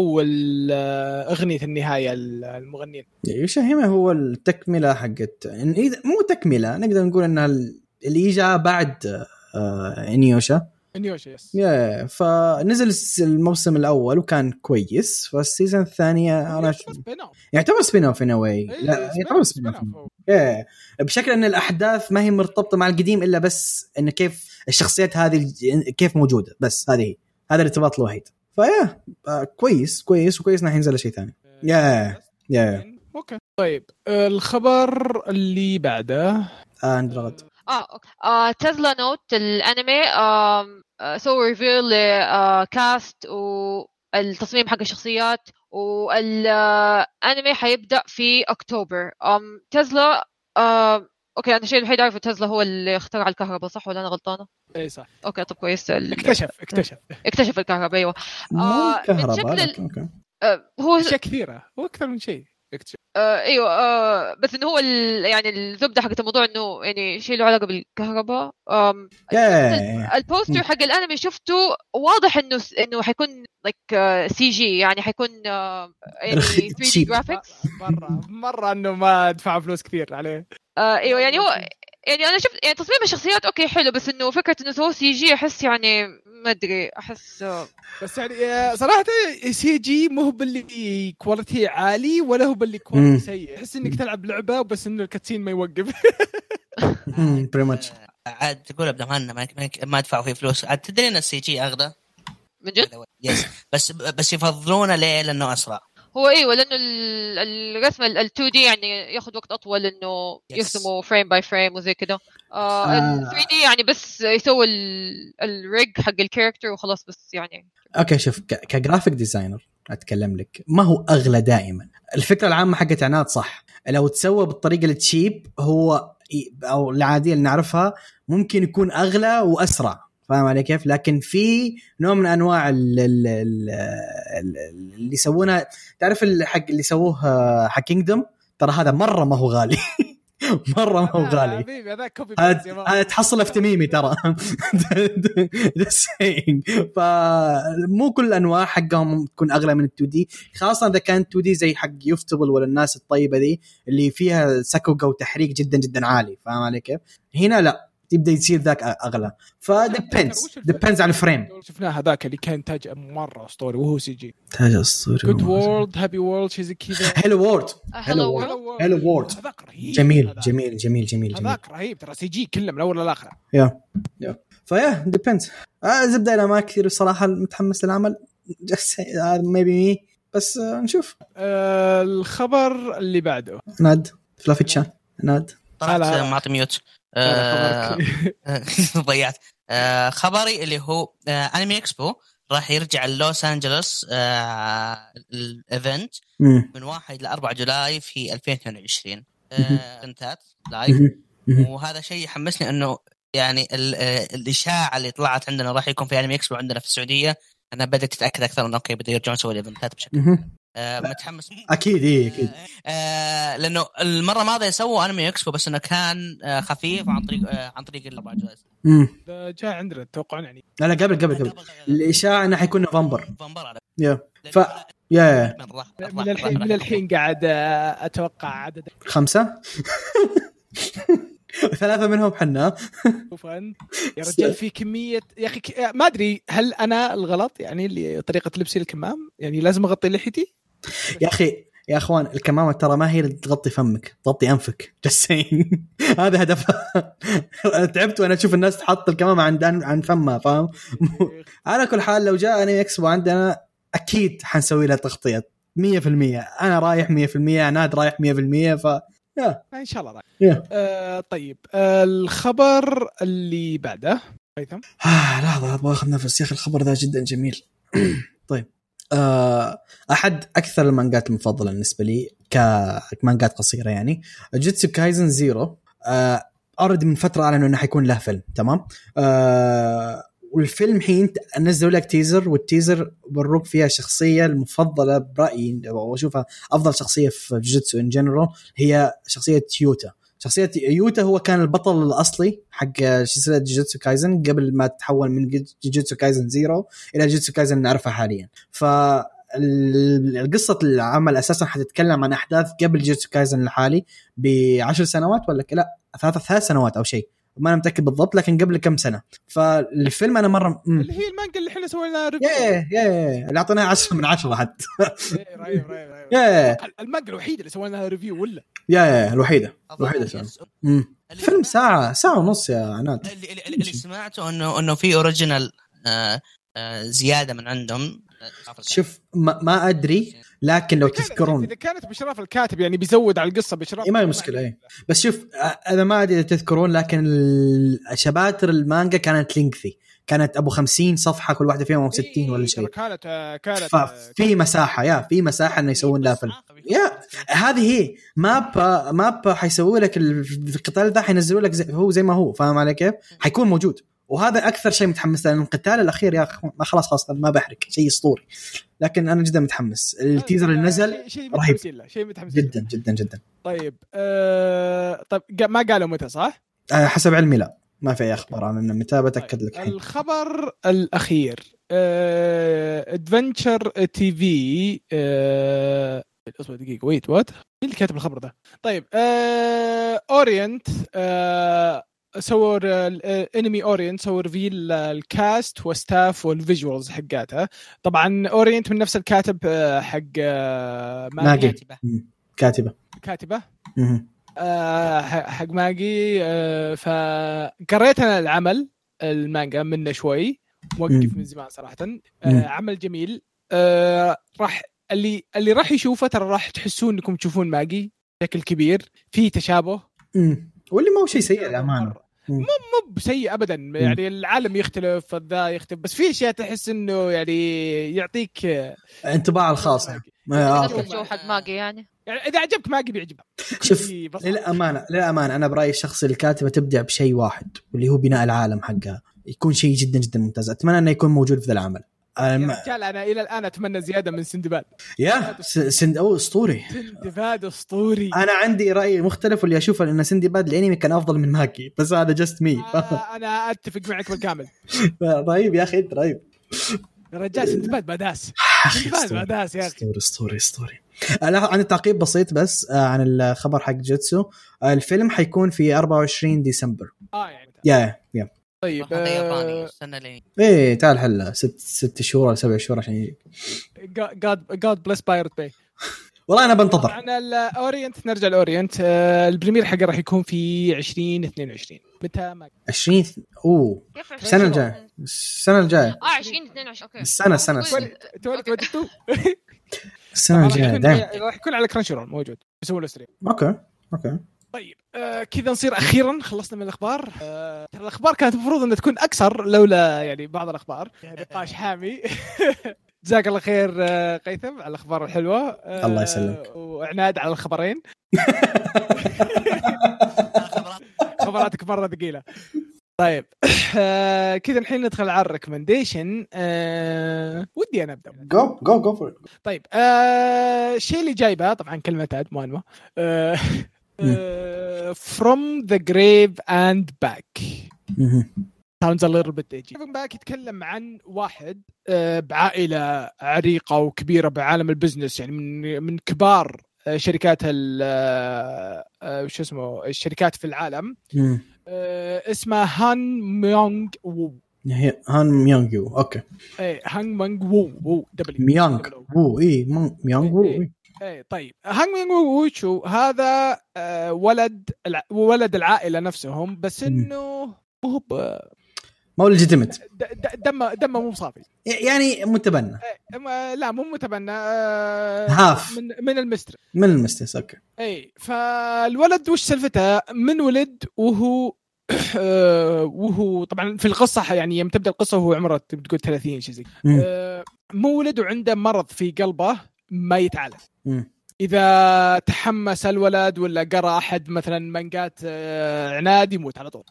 Speaker 1: والاغنيه النهايه المغنيين
Speaker 2: يوشاهيما هو التكمله حقت إن- إذا- مو تكمله نقدر نقول انها ال- اللي جاء بعد آه، انيوشا
Speaker 1: نيوشا يس
Speaker 2: يا، فنزل الس- الموسم الاول وكان كويس فالسيزون الثانيه انا
Speaker 1: يعتبر spin off.
Speaker 2: يعتبر سبين اوف ان واي
Speaker 1: إيه،
Speaker 2: لا
Speaker 1: spin
Speaker 2: يعتبر
Speaker 1: off،
Speaker 2: سبين
Speaker 1: spin
Speaker 2: اوف
Speaker 1: off.
Speaker 2: ايه بشكل ان الاحداث ما هي مرتبطه مع القديم الا بس ان كيف الشخصيات هذه الج- كيف موجوده بس هذه هي هذا الارتباط الوحيد فيا آه، كويس كويس وكويس انه حينزل شيء ثاني
Speaker 1: uh,
Speaker 2: يا. يا
Speaker 1: اوكي طيب آه، الخبر اللي بعده
Speaker 2: اندرغد
Speaker 3: اه اوكي آه، تسلا نوت الانمي آم، آه، سووا ريفيل لكاست آه، والتصميم حق الشخصيات والانمي حيبدا في اكتوبر آم، تسلا آم، اوكي انا الشيء الوحيد اعرفه تسلا هو اللي اخترع الكهرباء صح ولا انا غلطانه؟
Speaker 1: اي إيه، صح
Speaker 3: اوكي طب كويس ال-
Speaker 1: اكتشف <laughs> اكتشف
Speaker 3: اكتشف الكهرباء ايوه
Speaker 2: مو
Speaker 3: آه،
Speaker 2: كهرباء
Speaker 3: بالشكل ال-
Speaker 2: لكن اوكي
Speaker 3: آه، هو
Speaker 1: اشياء كثيره واكثر من شيء اكتشف
Speaker 3: آه ايوه آه بس انه هو ال... يعني الزبده حقت الموضوع انه يعني شيء له علاقه بالكهرباء آه، آم
Speaker 2: يا
Speaker 3: البوستر حق الانمي شفته واضح انه س- انه حيكون لايك سي جي يعني حيكون آه،
Speaker 2: <laughs>
Speaker 3: يعني
Speaker 2: رخي-
Speaker 3: 3 دي
Speaker 2: cheap.
Speaker 3: جرافيكس
Speaker 1: مره مره انه ما دفعوا فلوس كثير عليه
Speaker 3: ايوه يعني هو يعني انا شفت يعني تصميم الشخصيات اوكي حلو بس انه فكره انه سووا سي جي احس يعني ما ادري احس آه،
Speaker 1: بس يعني آه، صراحه سي جي مو هو باللي كواليتي عالي ولا هو باللي كواليتي
Speaker 2: مم.
Speaker 1: سيء تحس انك تلعب لعبه بس انه الكاتسين ما يوقف
Speaker 2: بري ماتش
Speaker 4: عاد تقول ابدا ما ما- ما- ما دفعوا فيه فلوس عاد تدري ان السي جي اغلى
Speaker 3: من جد
Speaker 4: يس بس بس يفضلونه ليه؟ لانه اسرع
Speaker 3: هو ايوه لانه ال- الرسم ال 2 دي يعني ياخذ وقت اطول انه
Speaker 4: Yes.
Speaker 3: يرسموا فريم باي فريم وزي كده آه
Speaker 2: آه.
Speaker 3: ال 3 دي يعني بس يسوي ال- الريج حق الكاركتر وخلاص بس يعني
Speaker 2: اوكي شوف ك- كجرافيك ديزاينر اتكلم لك ما هو اغلى دائما الفكره العامه حقت عناد صح لو تسوى بالطريقه التشيب هو ي- او العاديه اللي نعرفها ممكن يكون اغلى واسرع فاهم علي كيف؟ لكن في نوع من انواع ال- ال- ال- ال- اللي يسوونها تعرف ال- حق اللي سووه آه، حق كينجدوم ترى هذا مره ما هو غالي <laughs> مره
Speaker 1: <laughs>
Speaker 2: <laughs> ما هو
Speaker 3: آه.
Speaker 1: لا،
Speaker 2: غالي
Speaker 1: حبيبي هذا كوبي بيست يا
Speaker 2: هذا
Speaker 1: مرة.
Speaker 2: هذا تحصله في تميمي ترى <laughs> Just saying. فمو كل الانواع حقهم تكون اغلى من ال 2 دي خاصه اذا كان 2 دي زي حق يفتبل ولا الناس الطيبه دي اللي فيها سكوكه وتحريك جدا جدا عالي فاهم علي كيف؟ هنا لا يبدا يصير ذاك اغلى فديبندز
Speaker 1: وش الفرق؟
Speaker 2: ديبندز على الفريم
Speaker 1: شفناه هذاك اللي كان تاج مره اسطوري وهو سي جي
Speaker 2: تاج الصوري
Speaker 1: جود وورلد هابي وورلد شيء زي كذا
Speaker 2: هلو وورد
Speaker 3: هلو
Speaker 2: World.
Speaker 3: وورلد
Speaker 2: Hello World.
Speaker 1: هذاك رهيب
Speaker 2: جميل
Speaker 1: هذاك.
Speaker 2: جميل جميل جميل جميل
Speaker 1: هذاك رهيب ترى سي جي كله من الاول للاخر
Speaker 2: يا يا فيا ديبندز آه زبده انا ما كثير صراحه متحمس للعمل <laughs> ميبي مي بس آه نشوف
Speaker 1: آه الخبر اللي بعده
Speaker 2: ناد فلافي تشان ناد
Speaker 4: طلعت
Speaker 1: هلا.
Speaker 4: آه، معطي ميوت
Speaker 1: هذا
Speaker 4: آه،
Speaker 1: خبرك.
Speaker 4: ضيعت آه، خبري اللي هو آه، انمي اكسبو راح يرجع لوس انجلوس آه، الايفنت
Speaker 2: مم.
Speaker 4: من 1 ل 4 جولاي في 2022
Speaker 2: مهم.
Speaker 4: انتات لايف
Speaker 2: مهم. مهم.
Speaker 4: آه، وهذا شيء يحمسني انه يعني ال- آه، الاشاعه اللي طلعت عندنا راح يكون في انمي اكسبو عندنا في السعوديه انا بدات اتاكد اكثر انه اوكي بده يرجعون يسووا الايفنتات بشكل
Speaker 2: مهم.
Speaker 4: آه، متحمس
Speaker 2: اكيد اي اكيد
Speaker 4: آه، لانه المره الماضيه سووا انمي اكسبو بس انه كان آه، خفيف عن طريق آه، عن طريق الاربع جوائز
Speaker 2: مم.
Speaker 1: ده <laughs> جاء عندنا تتوقعون يعني
Speaker 2: Mm. لا لا قبل قبل قبل الاشاعه انه حيكون نوفمبر
Speaker 4: نوفمبر على
Speaker 2: يا
Speaker 4: لأنه
Speaker 2: ف آه.
Speaker 4: أنا-
Speaker 2: يا يا
Speaker 4: من راح- راح-
Speaker 1: من الحين
Speaker 4: راح-
Speaker 1: من
Speaker 4: راح-
Speaker 1: الحين قاعد آه، اتوقع عدد
Speaker 2: <laughs> خمسه ثلاثه منهم حنا
Speaker 1: فن يا رجال في كميه يا اخي
Speaker 2: <laughs>
Speaker 1: ك- ما ادري هل انا الغلط يعني اللي طريقه لبسي الكمام يعني لازم اغطي لحيتي
Speaker 2: يا اخي يا اخوان الكمامه ترى ما هي اللي تغطي فمك تغطي انفك جسين <laughs> هذا هدفها <laughs> انا تعبت وانا اشوف الناس تحط الكمامه عند عن فمها فاهم
Speaker 1: آه،
Speaker 2: على كل حال لو جاء انمي اكسبو عندنا اكيد حنسوي لها تغطيه 100% انا رايح 100% عناد رايح 100% ف يا
Speaker 1: ان شاء الله راح
Speaker 2: يا.
Speaker 1: آه طيب آه الخبر اللي بعده هيثم
Speaker 2: آه، لحظه ابغى اخذ نفس يا اخي الخبر ذا جدا جميل <clears throat> طيب آه، احد اكثر المانجات المفضله بالنسبه لي كمانجات قصيره يعني جيتسو كايزن زيرو آه، اوريدي من فتره اعلنوا انه حيكون له فيلم تمام آه، والفيلم حين ت- نزلوا لك تيزر والتيزر بروك فيها الشخصيه المفضله برايي واشوفها افضل شخصيه في جوجيتسو ان جنرال هي شخصيه يوتا شخصية يوتا هو كان البطل الأصلي حق سلسلة جوجيتسو كايزن قبل ما تحول من جوجيتسو كايزن زيرو إلى جوجيتسو كايزن اللي نعرفها حاليا ف قصة العمل أساسا حتتكلم عن أحداث قبل جوجيتسو كايزن الحالي بعشر سنوات ولا ك- لا ثلاث ثلاث سنوات أو شيء ما أنا متأكد بالضبط لكن قبل كم سنة فالفيلم أنا مرة
Speaker 1: <laughs>
Speaker 2: مم.
Speaker 1: اللي هي المانجا اللي احنا سوينا ريفيو
Speaker 2: يا يا يا اللي أعطيناه عشرة من عشرة حتى
Speaker 1: إيه، رهيب، رهيب، رهيب.
Speaker 2: يا
Speaker 1: المانجا الوحيده اللي سوينا لها ريفيو ولا
Speaker 2: يا يا الوحيدة الوحيدة شلون. مم.
Speaker 4: اللي-
Speaker 2: فيلم ساعة ساعة ونص يا عناد
Speaker 4: اللي, اللي, اللي سمعته انه انه في اوريجينال آه آه زياده من عندهم آه،
Speaker 2: شوف ما, ما ادري لكن لو
Speaker 1: إذا كانت-
Speaker 2: تذكرون
Speaker 1: اذا كانت باشراف الكاتب يعني بيزود على القصه باشراف
Speaker 2: إيه، ما هي مشكلة، إيه. بس شوف أ- انا ما ادري اذا تذكرون لكن ال- شباتر المانجا كانت لينكثي كانت ابو 50 صفحه كل واحده فيهم او 60 ولا شيء
Speaker 1: كانت آه، كانت آه،
Speaker 2: ففي مساحه يا في مساحه انه يسوون
Speaker 4: إيه،
Speaker 2: لها فيلم يا هذه هي ماب ماب حيسووا لك ال- القتال ذا حينزلوا لك زي هو زي ما هو فاهم علي كيف؟ حيكون موجود وهذا اكثر شيء متحمس له لأن القتال الاخير يا اخي ما خلاص خلاص ما بحرق شيء اسطوري لكن انا جدا متحمس التيزر اللي
Speaker 1: آه،
Speaker 2: نزل
Speaker 1: شيء- شيء
Speaker 2: رهيب.
Speaker 1: متحمسين له شيء متحمسين
Speaker 2: جدا
Speaker 1: له
Speaker 2: جدا جدا
Speaker 1: طيب آه طيب قا- ما قالوا متى صح؟
Speaker 2: آه، حسب علمي لا ما في اي اخبار عن انه متى بتاكد لك الحين
Speaker 1: طيب، الخبر آه، الاخير ادفنتشر تي في آه، اصبر دقيقه ويت وات مين اللي كاتب الخبر ده؟ طيب اورينت سووا انمي اورينت سووا ريفيل الكاست والستاف والفيجوالز حقاتها طبعا اورينت من نفس الكاتب آه، حق آه، ماجي.
Speaker 2: ماجي. كاتبه
Speaker 1: كاتبه
Speaker 2: مهم.
Speaker 1: آه، ح- حق ماجي آه، فقريت انا العمل المانجا منه شوي موقف
Speaker 2: مم.
Speaker 1: من زمان صراحه
Speaker 2: مم.
Speaker 1: آه، عمل جميل آه، راح اللي اللي راح يشوفه ترى راح تحسون انكم تشوفون ماجي بشكل كبير في تشابه
Speaker 2: مم. واللي ما هو شيء
Speaker 1: طيب،
Speaker 2: سيء للامانه مم.
Speaker 1: مو بسيء ابدا يعني العالم يختلف ذا يختلف بس في اشياء تحس انه يعني يعطيك آه،
Speaker 2: انطباع الخاص
Speaker 1: طيب.
Speaker 2: يعني. آه،
Speaker 3: نفس
Speaker 2: أوكي.
Speaker 3: الجو حق ماجي يعني
Speaker 1: يعني اذا عجبك ماجي بيعجبك يعني
Speaker 2: شوف للامانه للامانه انا برايي الشخص الكاتبه تبدع بشيء واحد واللي هو بناء العالم حقها يكون شيء جدا جدا ممتاز اتمنى انه يكون موجود في ذا العمل أنا
Speaker 1: يا
Speaker 2: ما-
Speaker 1: رجال انا الى الان اتمنى زياده من سندباد
Speaker 2: يا س- سند او اسطوري
Speaker 1: <coughs> سندباد اسطوري
Speaker 2: انا عندي راي مختلف واللي اشوفه ان سندي باد الانمي كان افضل من ماكي بس هذا جست مي
Speaker 1: آه، انا اتفق معك بالكامل
Speaker 2: <laughs> رهيب يا اخي انت رهيب
Speaker 1: يا رجال سندباد باداس سندباد
Speaker 2: <laughs> أسطوري.
Speaker 1: باداس يا اخي
Speaker 2: اسطوري اسطوري اسطوري آه، لا عن التعقيب بسيط بس آه، عن الخبر حق جيتسو آه، الفيلم حيكون في 24 ديسمبر
Speaker 1: اه يعني
Speaker 2: يا يا
Speaker 1: طيب
Speaker 4: هذا ياباني
Speaker 1: آه،
Speaker 4: استنى لين
Speaker 2: ايه تعال هلا ست ست شهور ولا سبع شهور عشان يجيك
Speaker 1: جاد جاد بليس بايرت باي
Speaker 2: والله انا بنتظر
Speaker 1: طبعا الاورينت نرجع الاورينت آه، البريمير حقه راح يكون في 2022 متى ما
Speaker 2: 20 اوه
Speaker 3: كيف
Speaker 2: السنه الجايه السنه الجايه
Speaker 3: اه 20 22 اوكي
Speaker 2: السنه السنه السنه,
Speaker 1: تولد ودتو
Speaker 2: السنة
Speaker 1: راح
Speaker 2: الجايه
Speaker 1: يكون-
Speaker 2: دايم
Speaker 1: راح يكون على كرانشي رول موجود يسوون له ستريم
Speaker 2: اوكي اوكي
Speaker 1: طيب آه كذا نصير اخيرا خلصنا من الاخبار آه ترى الاخبار كانت المفروض انها تكون اكثر لولا يعني بعض الاخبار نقاش حامي <laughs> جزاك الله خير آه، قيثم على الاخبار الحلوه آه،
Speaker 2: الله يسلمك.
Speaker 1: وعناد على
Speaker 2: <laughs>
Speaker 1: الخبرين خبراتك مره ثقيله طيب آه كذا الحين ندخل على الريكومنديشن آه ودي انا ابدا
Speaker 2: جو جو جو فور
Speaker 1: طيب آه الشيء اللي جايبه طبعا كلمه اد مو آه، انمو فروم ذا جريف اند باك ساوندز ليتل بت ايجي باك يتكلم عن واحد آه، بعائله عريقه وكبيره بعالم البزنس يعني من من كبار آه، شركات ال آه، آه، شو اسمه الشركات في العالم آه، اسمه هان ميونغ وو
Speaker 2: هي- هان ميانج يو اوكي
Speaker 1: اي هانج مانج وو وو دبليو
Speaker 2: ميانج
Speaker 1: دبليو.
Speaker 2: وو اي مون- ميانج وو إي.
Speaker 1: ايه طيب هانج مينغ ووشو هذا آه، ولد الع... ولد العائله نفسهم بس
Speaker 2: مم.
Speaker 1: انه مو هو ب-
Speaker 2: ما هو ليجيتمت
Speaker 1: د- د- دمه دمه مو صافي
Speaker 2: يعني متبنى
Speaker 1: إيه، ما- لا مو متبنى آه،
Speaker 2: هاف.
Speaker 1: من من المستر
Speaker 2: من المستس اوكي
Speaker 1: اي فالولد وش سلفته من ولد وهو آه، وهو طبعا في القصه يعني يوم تبدا القصه وهو عمره تقول 30 شيء زي كذا.
Speaker 2: مم.
Speaker 1: آه، مولد وعنده مرض في قلبه ما يتعالج
Speaker 2: مم.
Speaker 1: اذا تحمس الولد ولا قرا احد مثلا مانجات آه، عناد يموت على طول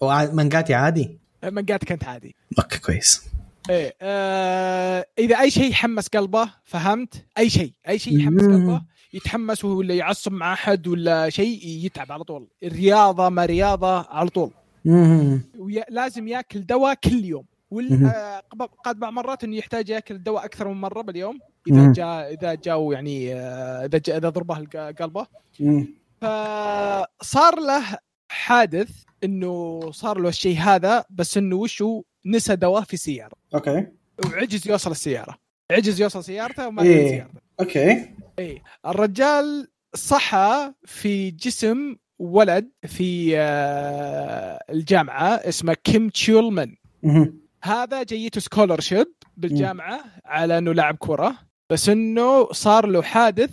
Speaker 2: وع- مانجاتي عادي
Speaker 1: مانجات كانت عادي
Speaker 2: اوكي كويس
Speaker 1: ايه آه اذا اي شيء يحمس قلبه فهمت اي شيء اي شيء يحمس
Speaker 2: مم.
Speaker 1: قلبه يتحمس ولا يعصب مع احد ولا شيء يتعب على طول الرياضه ما رياضه على طول
Speaker 2: مم.
Speaker 1: ولازم ياكل دواء كل يوم
Speaker 2: مهم.
Speaker 1: ولا قد بعض مرات انه يحتاج ياكل دواء اكثر من مره باليوم
Speaker 2: مهم.
Speaker 1: اذا جاء اذا جاو يعني آه، اذا جا اذا ضربه الق- قلبه
Speaker 2: مم.
Speaker 1: فصار له حادث انه صار له الشيء هذا بس انه وشو نسى دواء في سياره
Speaker 2: اوكي
Speaker 1: وعجز يوصل السياره عجز يوصل سيارته وما
Speaker 2: إيه.
Speaker 1: إيه. سيارته
Speaker 2: اوكي
Speaker 1: الرجال صحى في جسم ولد في آه، الجامعه اسمه كيم تشولمن
Speaker 2: مم.
Speaker 1: هذا جيته سكولرشيب بالجامعه على انه لاعب كره بس انه صار له حادث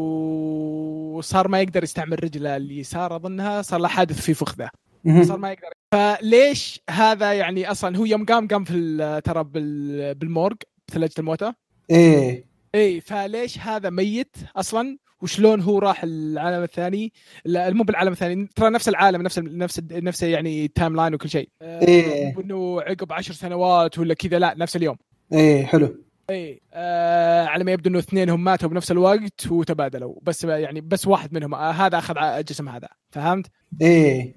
Speaker 1: و- وصار ما يقدر يستعمل رجله اليسار اظنها صار له حادث في فخذه
Speaker 2: مم.
Speaker 1: صار ما يقدر فليش هذا يعني اصلا هو يوم قام قام في ال- ترى بال- بالمورج ثلاجه الموتى
Speaker 2: ايه
Speaker 1: اي إيه، فليش هذا ميت اصلا وشلون هو راح العالم الثاني لا مو بالعالم الثاني ترى نفس العالم نفس نفس نفسه يعني تايم لاين وكل شيء
Speaker 2: إيه.
Speaker 1: انه عقب عشر سنوات ولا كذا لا نفس اليوم
Speaker 2: ايه حلو
Speaker 1: اي آه على ما يبدو انه اثنينهم ماتوا بنفس الوقت وتبادلوا بس يعني بس واحد منهم آه هذا اخذ ع- جسم هذا فهمت؟
Speaker 2: ايه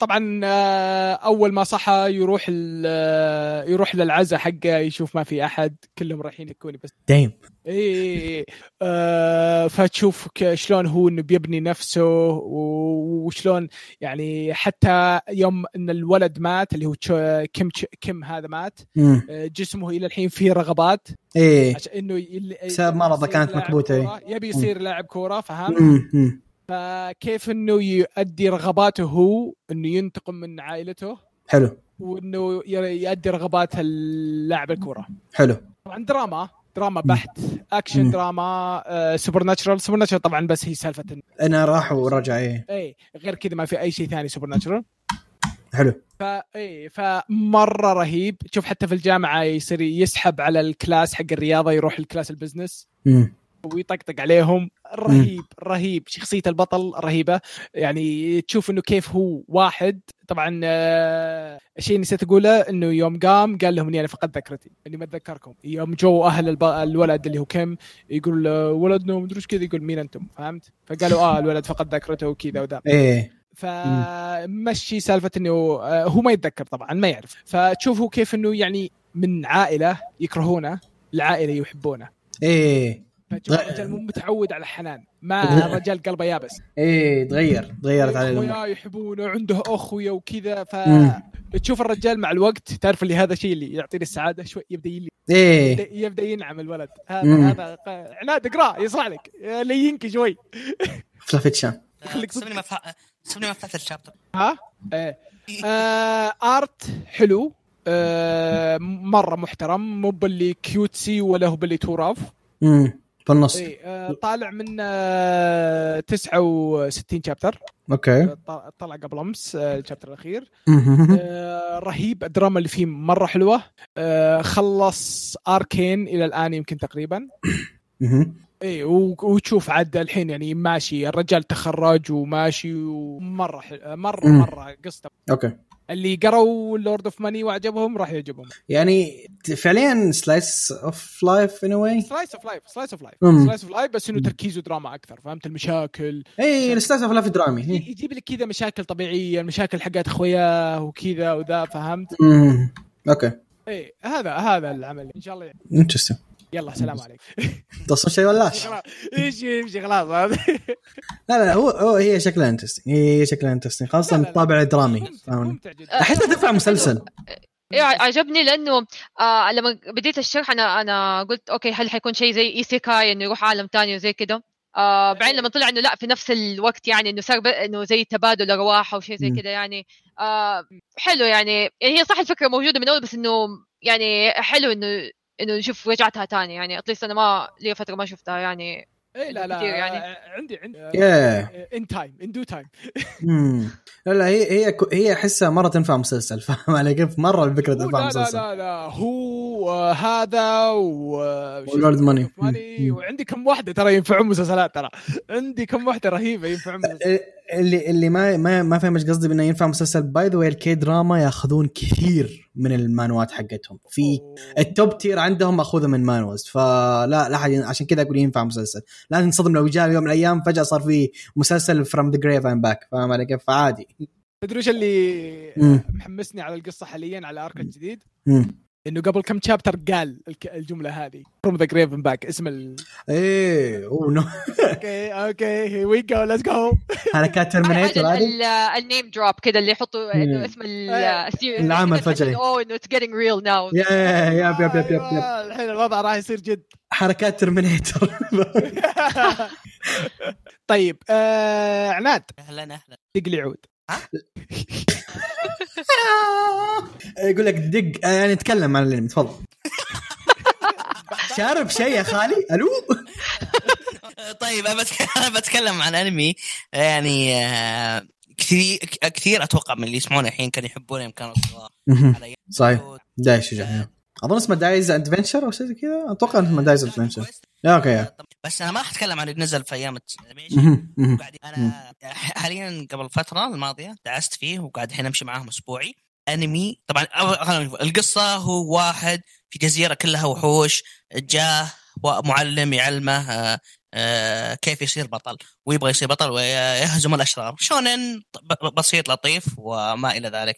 Speaker 1: طبعا آه، اول ما صحى يروح ال- آه، يروح للعزة حقه يشوف ما في احد كلهم رايحين يكوني بس
Speaker 2: دايم
Speaker 1: اي آه فتشوف ك- شلون هو انه بيبني نفسه و- وشلون يعني حتى يوم ان الولد مات اللي هو تشو- كيم تش- كيم هذا مات
Speaker 2: مم.
Speaker 1: آه، جسمه الى الحين فيه رغبات
Speaker 2: ايه
Speaker 1: عشان انه يل-
Speaker 2: بسبب مرضه
Speaker 1: يصير
Speaker 2: كانت
Speaker 1: لاعب
Speaker 2: مكبوتة، إيه.
Speaker 1: كورة، يبي يصير لاعب كوره فهمت؟
Speaker 2: مم. مم.
Speaker 1: فكيف انه يؤدي رغباته هو انه ينتقم من عائلته
Speaker 2: حلو
Speaker 1: وانه ي- يؤدي رغبات اللاعب الكوره
Speaker 2: حلو
Speaker 1: طبعا دراما دراما بحت اكشن
Speaker 2: مم.
Speaker 1: دراما آه، سوبر ناتشرال سوبر ناتشرال طبعا بس هي سالفه إن-
Speaker 2: انا راح ورجع ايه
Speaker 1: اي غير كذا ما في اي شيء ثاني سوبر ناتشرال
Speaker 2: حلو
Speaker 1: فاي فمره رهيب تشوف حتى في الجامعه يصير يسحب على الكلاس حق الرياضه يروح الكلاس البزنس
Speaker 2: مم.
Speaker 1: ويطقطق عليهم رهيب رهيب شخصية البطل رهيبة يعني تشوف انه كيف هو واحد طبعا آه، الشيء نسيت اقوله انه يوم قام قال لهم اني انا فقد ذاكرتي اني ما اتذكركم يوم جو اهل الب... الولد اللي هو كم يقول له ولدنا ومدري ايش كذا يقول مين انتم فهمت؟ فقالوا اه الولد فقد ذاكرته وكذا وذا
Speaker 2: ايه
Speaker 1: فمشي سالفه انه آه، هو ما يتذكر طبعا ما يعرف فتشوفوا كيف انه يعني من عائله يكرهونه لعائله يحبونه
Speaker 2: ايه
Speaker 1: فتشوف
Speaker 2: غ-
Speaker 1: الرجال مو متعود على الحنان ما
Speaker 2: غ-
Speaker 1: الرجال قلبه يابس
Speaker 2: ايه تغير تغيرت علي الامور
Speaker 1: اخويا يحبونه عنده اخويا وكذا
Speaker 2: مم.
Speaker 1: فتشوف الرجال مع الوقت تعرف اللي هذا الشيء اللي يعطيني السعاده شوي يبدا يلي
Speaker 2: ايه
Speaker 1: يبدا ينعم الولد هذا
Speaker 2: مم.
Speaker 1: هذا ق- عناد اقرا يصلح لك لينك شوي
Speaker 2: خلفت شام
Speaker 1: يخليك صدق.
Speaker 4: سبني آه، ما فح... سبني ما فتحت الشابتر
Speaker 1: ها ايه آه ارت حلو آه مره محترم مو باللي كيوتسي ولا هو باللي توراف
Speaker 2: مم. بالنص
Speaker 1: اي آه طالع من آه 69 شابتر
Speaker 2: اوكي
Speaker 1: ط- طلع قبل امس آه، الشابتر الاخير
Speaker 2: مم.
Speaker 1: آه، رهيب الدراما اللي فيه مره حلوه آه، خلص اركين الى الان يمكن تقريبا
Speaker 2: مم.
Speaker 1: اي و- وتشوف عاد الحين يعني ماشي الرجال تخرج وماشي ومره حل... آه، مره
Speaker 2: مم.
Speaker 1: مره قصته
Speaker 2: اوكي
Speaker 1: اللي قروا لورد اوف ماني وعجبهم راح يعجبهم
Speaker 2: يعني فعليا سلايس اوف لايف ان واي
Speaker 1: سلايس اوف لايف سلايس اوف لايف
Speaker 2: مم.
Speaker 1: سلايس اوف لايف بس انه تركيزه دراما اكثر فهمت المشاكل
Speaker 2: ايه السلايس اوف لايف درامي إيه.
Speaker 1: يجيب لك كذا مشاكل طبيعيه المشاكل حقت اخوياه وكذا وذا فهمت
Speaker 2: مم. اوكي
Speaker 1: ايه هذا هذا العمل ان شاء الله
Speaker 2: انترستنج
Speaker 1: يلا سلام عليك
Speaker 2: تصل شيء ولا لا؟
Speaker 1: خلاص يمشي يمشي خلاص هذا
Speaker 2: <laughs> لا لا هو هو هي شكلها انترستنج هي شكلها انترستنج
Speaker 1: لا،
Speaker 2: خاصه
Speaker 1: لا، لا.
Speaker 2: الطابع الدرامي
Speaker 1: ممتع-
Speaker 2: فاهم؟
Speaker 1: ممتع جدا
Speaker 2: احسها تنفع مسلسل
Speaker 3: ايه ع- عجبني لانه آه لما بديت الشرح انا انا قلت اوكي هل حيكون شيء زي ايسيكاي انه يروح عالم تاني وزي كده آه بعدين لما طلع انه لا في نفس الوقت يعني انه صار ب- انه زي تبادل ارواح او شيء زي
Speaker 2: مم.
Speaker 3: كده يعني آه حلو يعني يعني هي صح الفكره موجوده من اول بس انه يعني حلو انه انه نشوف رجعتها تاني يعني اتليست انا ما لي فتره ما شفتها يعني
Speaker 1: اي إيه، لا لا
Speaker 3: كتير يعني.
Speaker 1: آه، عندي عندي
Speaker 2: ياه
Speaker 1: ان تايم ان دو تايم
Speaker 2: مم. لا لا هي هي كو- هي احسها مره تنفع مسلسل <laughs> فاهم علي كيف؟ مره الفكره
Speaker 1: لا
Speaker 2: تنفع
Speaker 1: لا
Speaker 2: مسلسل
Speaker 1: لا لا هو آه، هذا و آه، شو
Speaker 2: والورد
Speaker 1: اسمه،
Speaker 2: ماني.
Speaker 1: ماني
Speaker 2: مم.
Speaker 1: وعندي كم واحده ترى ينفعون مسلسلات ترى عندي كم واحده رهيبه
Speaker 2: <laughs>
Speaker 1: ينفعون مسلسلات
Speaker 2: اللي اللي ما ما ما فاهم ايش قصدي بانه ينفع مسلسل باي ذا واي الكي دراما ياخذون كثير من المانوات حقتهم في التوب تير عندهم اخذه من مانوز فلا لا احد عشان كذا اقول ينفع مسلسل لا تنصدم لو جاء يوم من الايام فجاه صار في مسلسل فروم ذا جريف اند باك فاهم علي كيف فعادي
Speaker 1: تدري ايش اللي
Speaker 2: مم.
Speaker 1: محمسني على القصه حاليا على الارك
Speaker 2: Mm.
Speaker 1: الجديد
Speaker 2: مم.
Speaker 1: انه قبل كم شابتر قال الك- الجمله هذه فروم ذا جريف باك اسم
Speaker 2: <laughs>
Speaker 1: ال
Speaker 2: ايه اوه نو <laughs>
Speaker 1: اوكي اوكي هي وي جو ليتس جو
Speaker 2: حركات ترمينيتر هذه
Speaker 3: النيم دروب كده اللي يحطوا
Speaker 2: مم.
Speaker 3: انه اسم ال-
Speaker 1: إيه.
Speaker 3: السيريز
Speaker 2: العمل
Speaker 3: تحس
Speaker 2: فجأة.
Speaker 3: إنه اوه انه اتس جيتنج ريل ناو
Speaker 2: يا يا يا يا يا
Speaker 1: آه، الحين الوضع راح يصير جد
Speaker 2: حركات ترمينيتر
Speaker 1: طيب آه عناد
Speaker 4: اهلا اهلا
Speaker 1: تقلي عود
Speaker 2: يقول لك دق آه، يعني تكلم عن الانمي تفضل شارب شيء يا خالي الو
Speaker 4: طيب انا بتك- أنا بتكلم عن انمي يعني آه، كثير كثير اتوقع من اللي يسمعون الحين كانوا يحبونه يوم كانوا صغار على أيام-
Speaker 2: صحيح دايش شجاع اظن اسمه دايز ادفنشر او شيء زي كذا اتوقع انه اسمه دايز ادفنشر
Speaker 4: <laughs>
Speaker 2: اوكي
Speaker 4: بس انا ما حتكلم عن اللي نزل في ايام الانيميشن
Speaker 2: مهم، مهم.
Speaker 4: وقاعد انا <laughs> حاليا قبل فتره الماضيه دعست فيه وقاعد الحين امشي معاهم اسبوعي انمي طبعا أول- خلينا نقول، القصه هو واحد في جزيره كلها وحوش جاه معلم يعلمه آه، آه، كيف يصير بطل ويبغى يصير بطل ويهزم الاشرار شونن ب- بسيط لطيف وما الى ذلك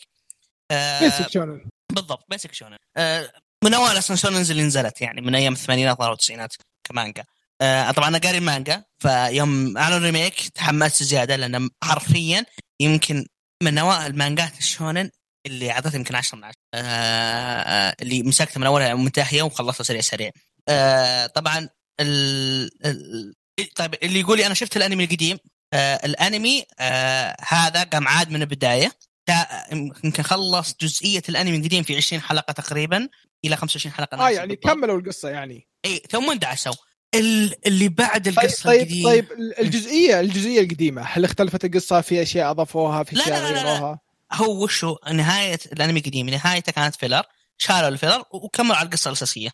Speaker 4: آه،
Speaker 1: بيسك شونن
Speaker 4: بالضبط بيسك شونن آه، من اول اصلا شوننز اللي نزلت يعني من ايام الثمانينات ظهروا التسعينات كمانجا آه، طبعا انا قاري المانجا فيوم اعلنوا الريميك تحمست زياده لان حرفيا يمكن من اوائل مانجات الشونن اللي اعطيتها يمكن 10 من 10 آه، آه، اللي مسكتها من اولها منتهيه وخلصتها سريع سريع آه، طبعا ال... ال... طيب اللي يقول لي انا شفت الانمي القديم آه، الانمي آه، هذا قام عاد من البدايه تا- يمكن خلص جزئيه الانمي القديم في 20 حلقه تقريبا الى 25 حلقه أنا
Speaker 1: اه
Speaker 4: أحسب
Speaker 1: يعني
Speaker 4: بالضبط.
Speaker 1: كملوا القصه يعني
Speaker 4: اي إيه، ثم اندعسوا ال- اللي بعد
Speaker 1: طيب
Speaker 4: القصه
Speaker 1: طيب
Speaker 4: القديمه
Speaker 1: طيب الجزئيه الجزئيه القديمه هل اختلفت القصه في اشياء اضافوها في
Speaker 4: لا،
Speaker 1: اشياء
Speaker 4: لا، لا، لا.
Speaker 1: غيروها
Speaker 4: هو وشو نهايه الانمي القديم نهايته كانت فيلر شالوا الفيلر وكملوا على القصه الاساسيه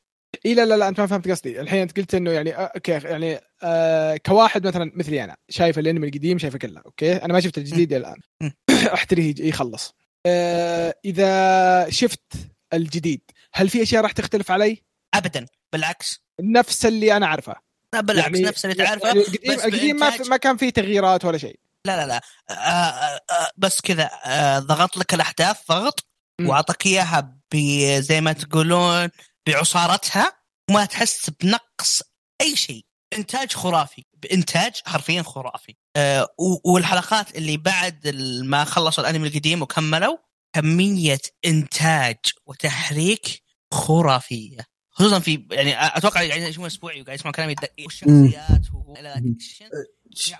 Speaker 1: اي لا لا لا انت ما فهمت قصدي الحين انت قلت انه يعني آه، اوكي يعني آه كواحد مثلا مثلي انا شايف الانمي القديم شايفه كله اوكي انا ما شفت الجديد الى الان <coughs>
Speaker 4: مم.
Speaker 1: احتريه يخلص آه اذا شفت الجديد هل في اشياء راح تختلف علي
Speaker 4: ابدا بالعكس
Speaker 1: نفس اللي انا اعرفه
Speaker 4: لا بالعكس
Speaker 1: يعني-
Speaker 4: نفس اللي تعرفه
Speaker 1: يعني القديم
Speaker 4: بس
Speaker 1: القديم ما,
Speaker 4: بإنتاج.
Speaker 1: ما كان فيه تغييرات ولا شيء
Speaker 4: لا لا لا آه، آه، آه، بس كذا آه، ضغط لك الاحداث ضغط
Speaker 1: مم.
Speaker 4: واعطاك اياها ب- زي ما تقولون بعصارتها وما تحس بنقص اي شيء انتاج خرافي بانتاج حرفيا خرافي آه، و- والحلقات اللي بعد ال- ما خلصوا الانمي القديم وكملوا كميه انتاج وتحريك خرافيه خصوصا في يعني أ- اتوقع يعني يشوفون اسبوعي وقاعد يسمعون كلامي يدقق. والشخصيات وإلى
Speaker 2: مم.
Speaker 4: أكشن.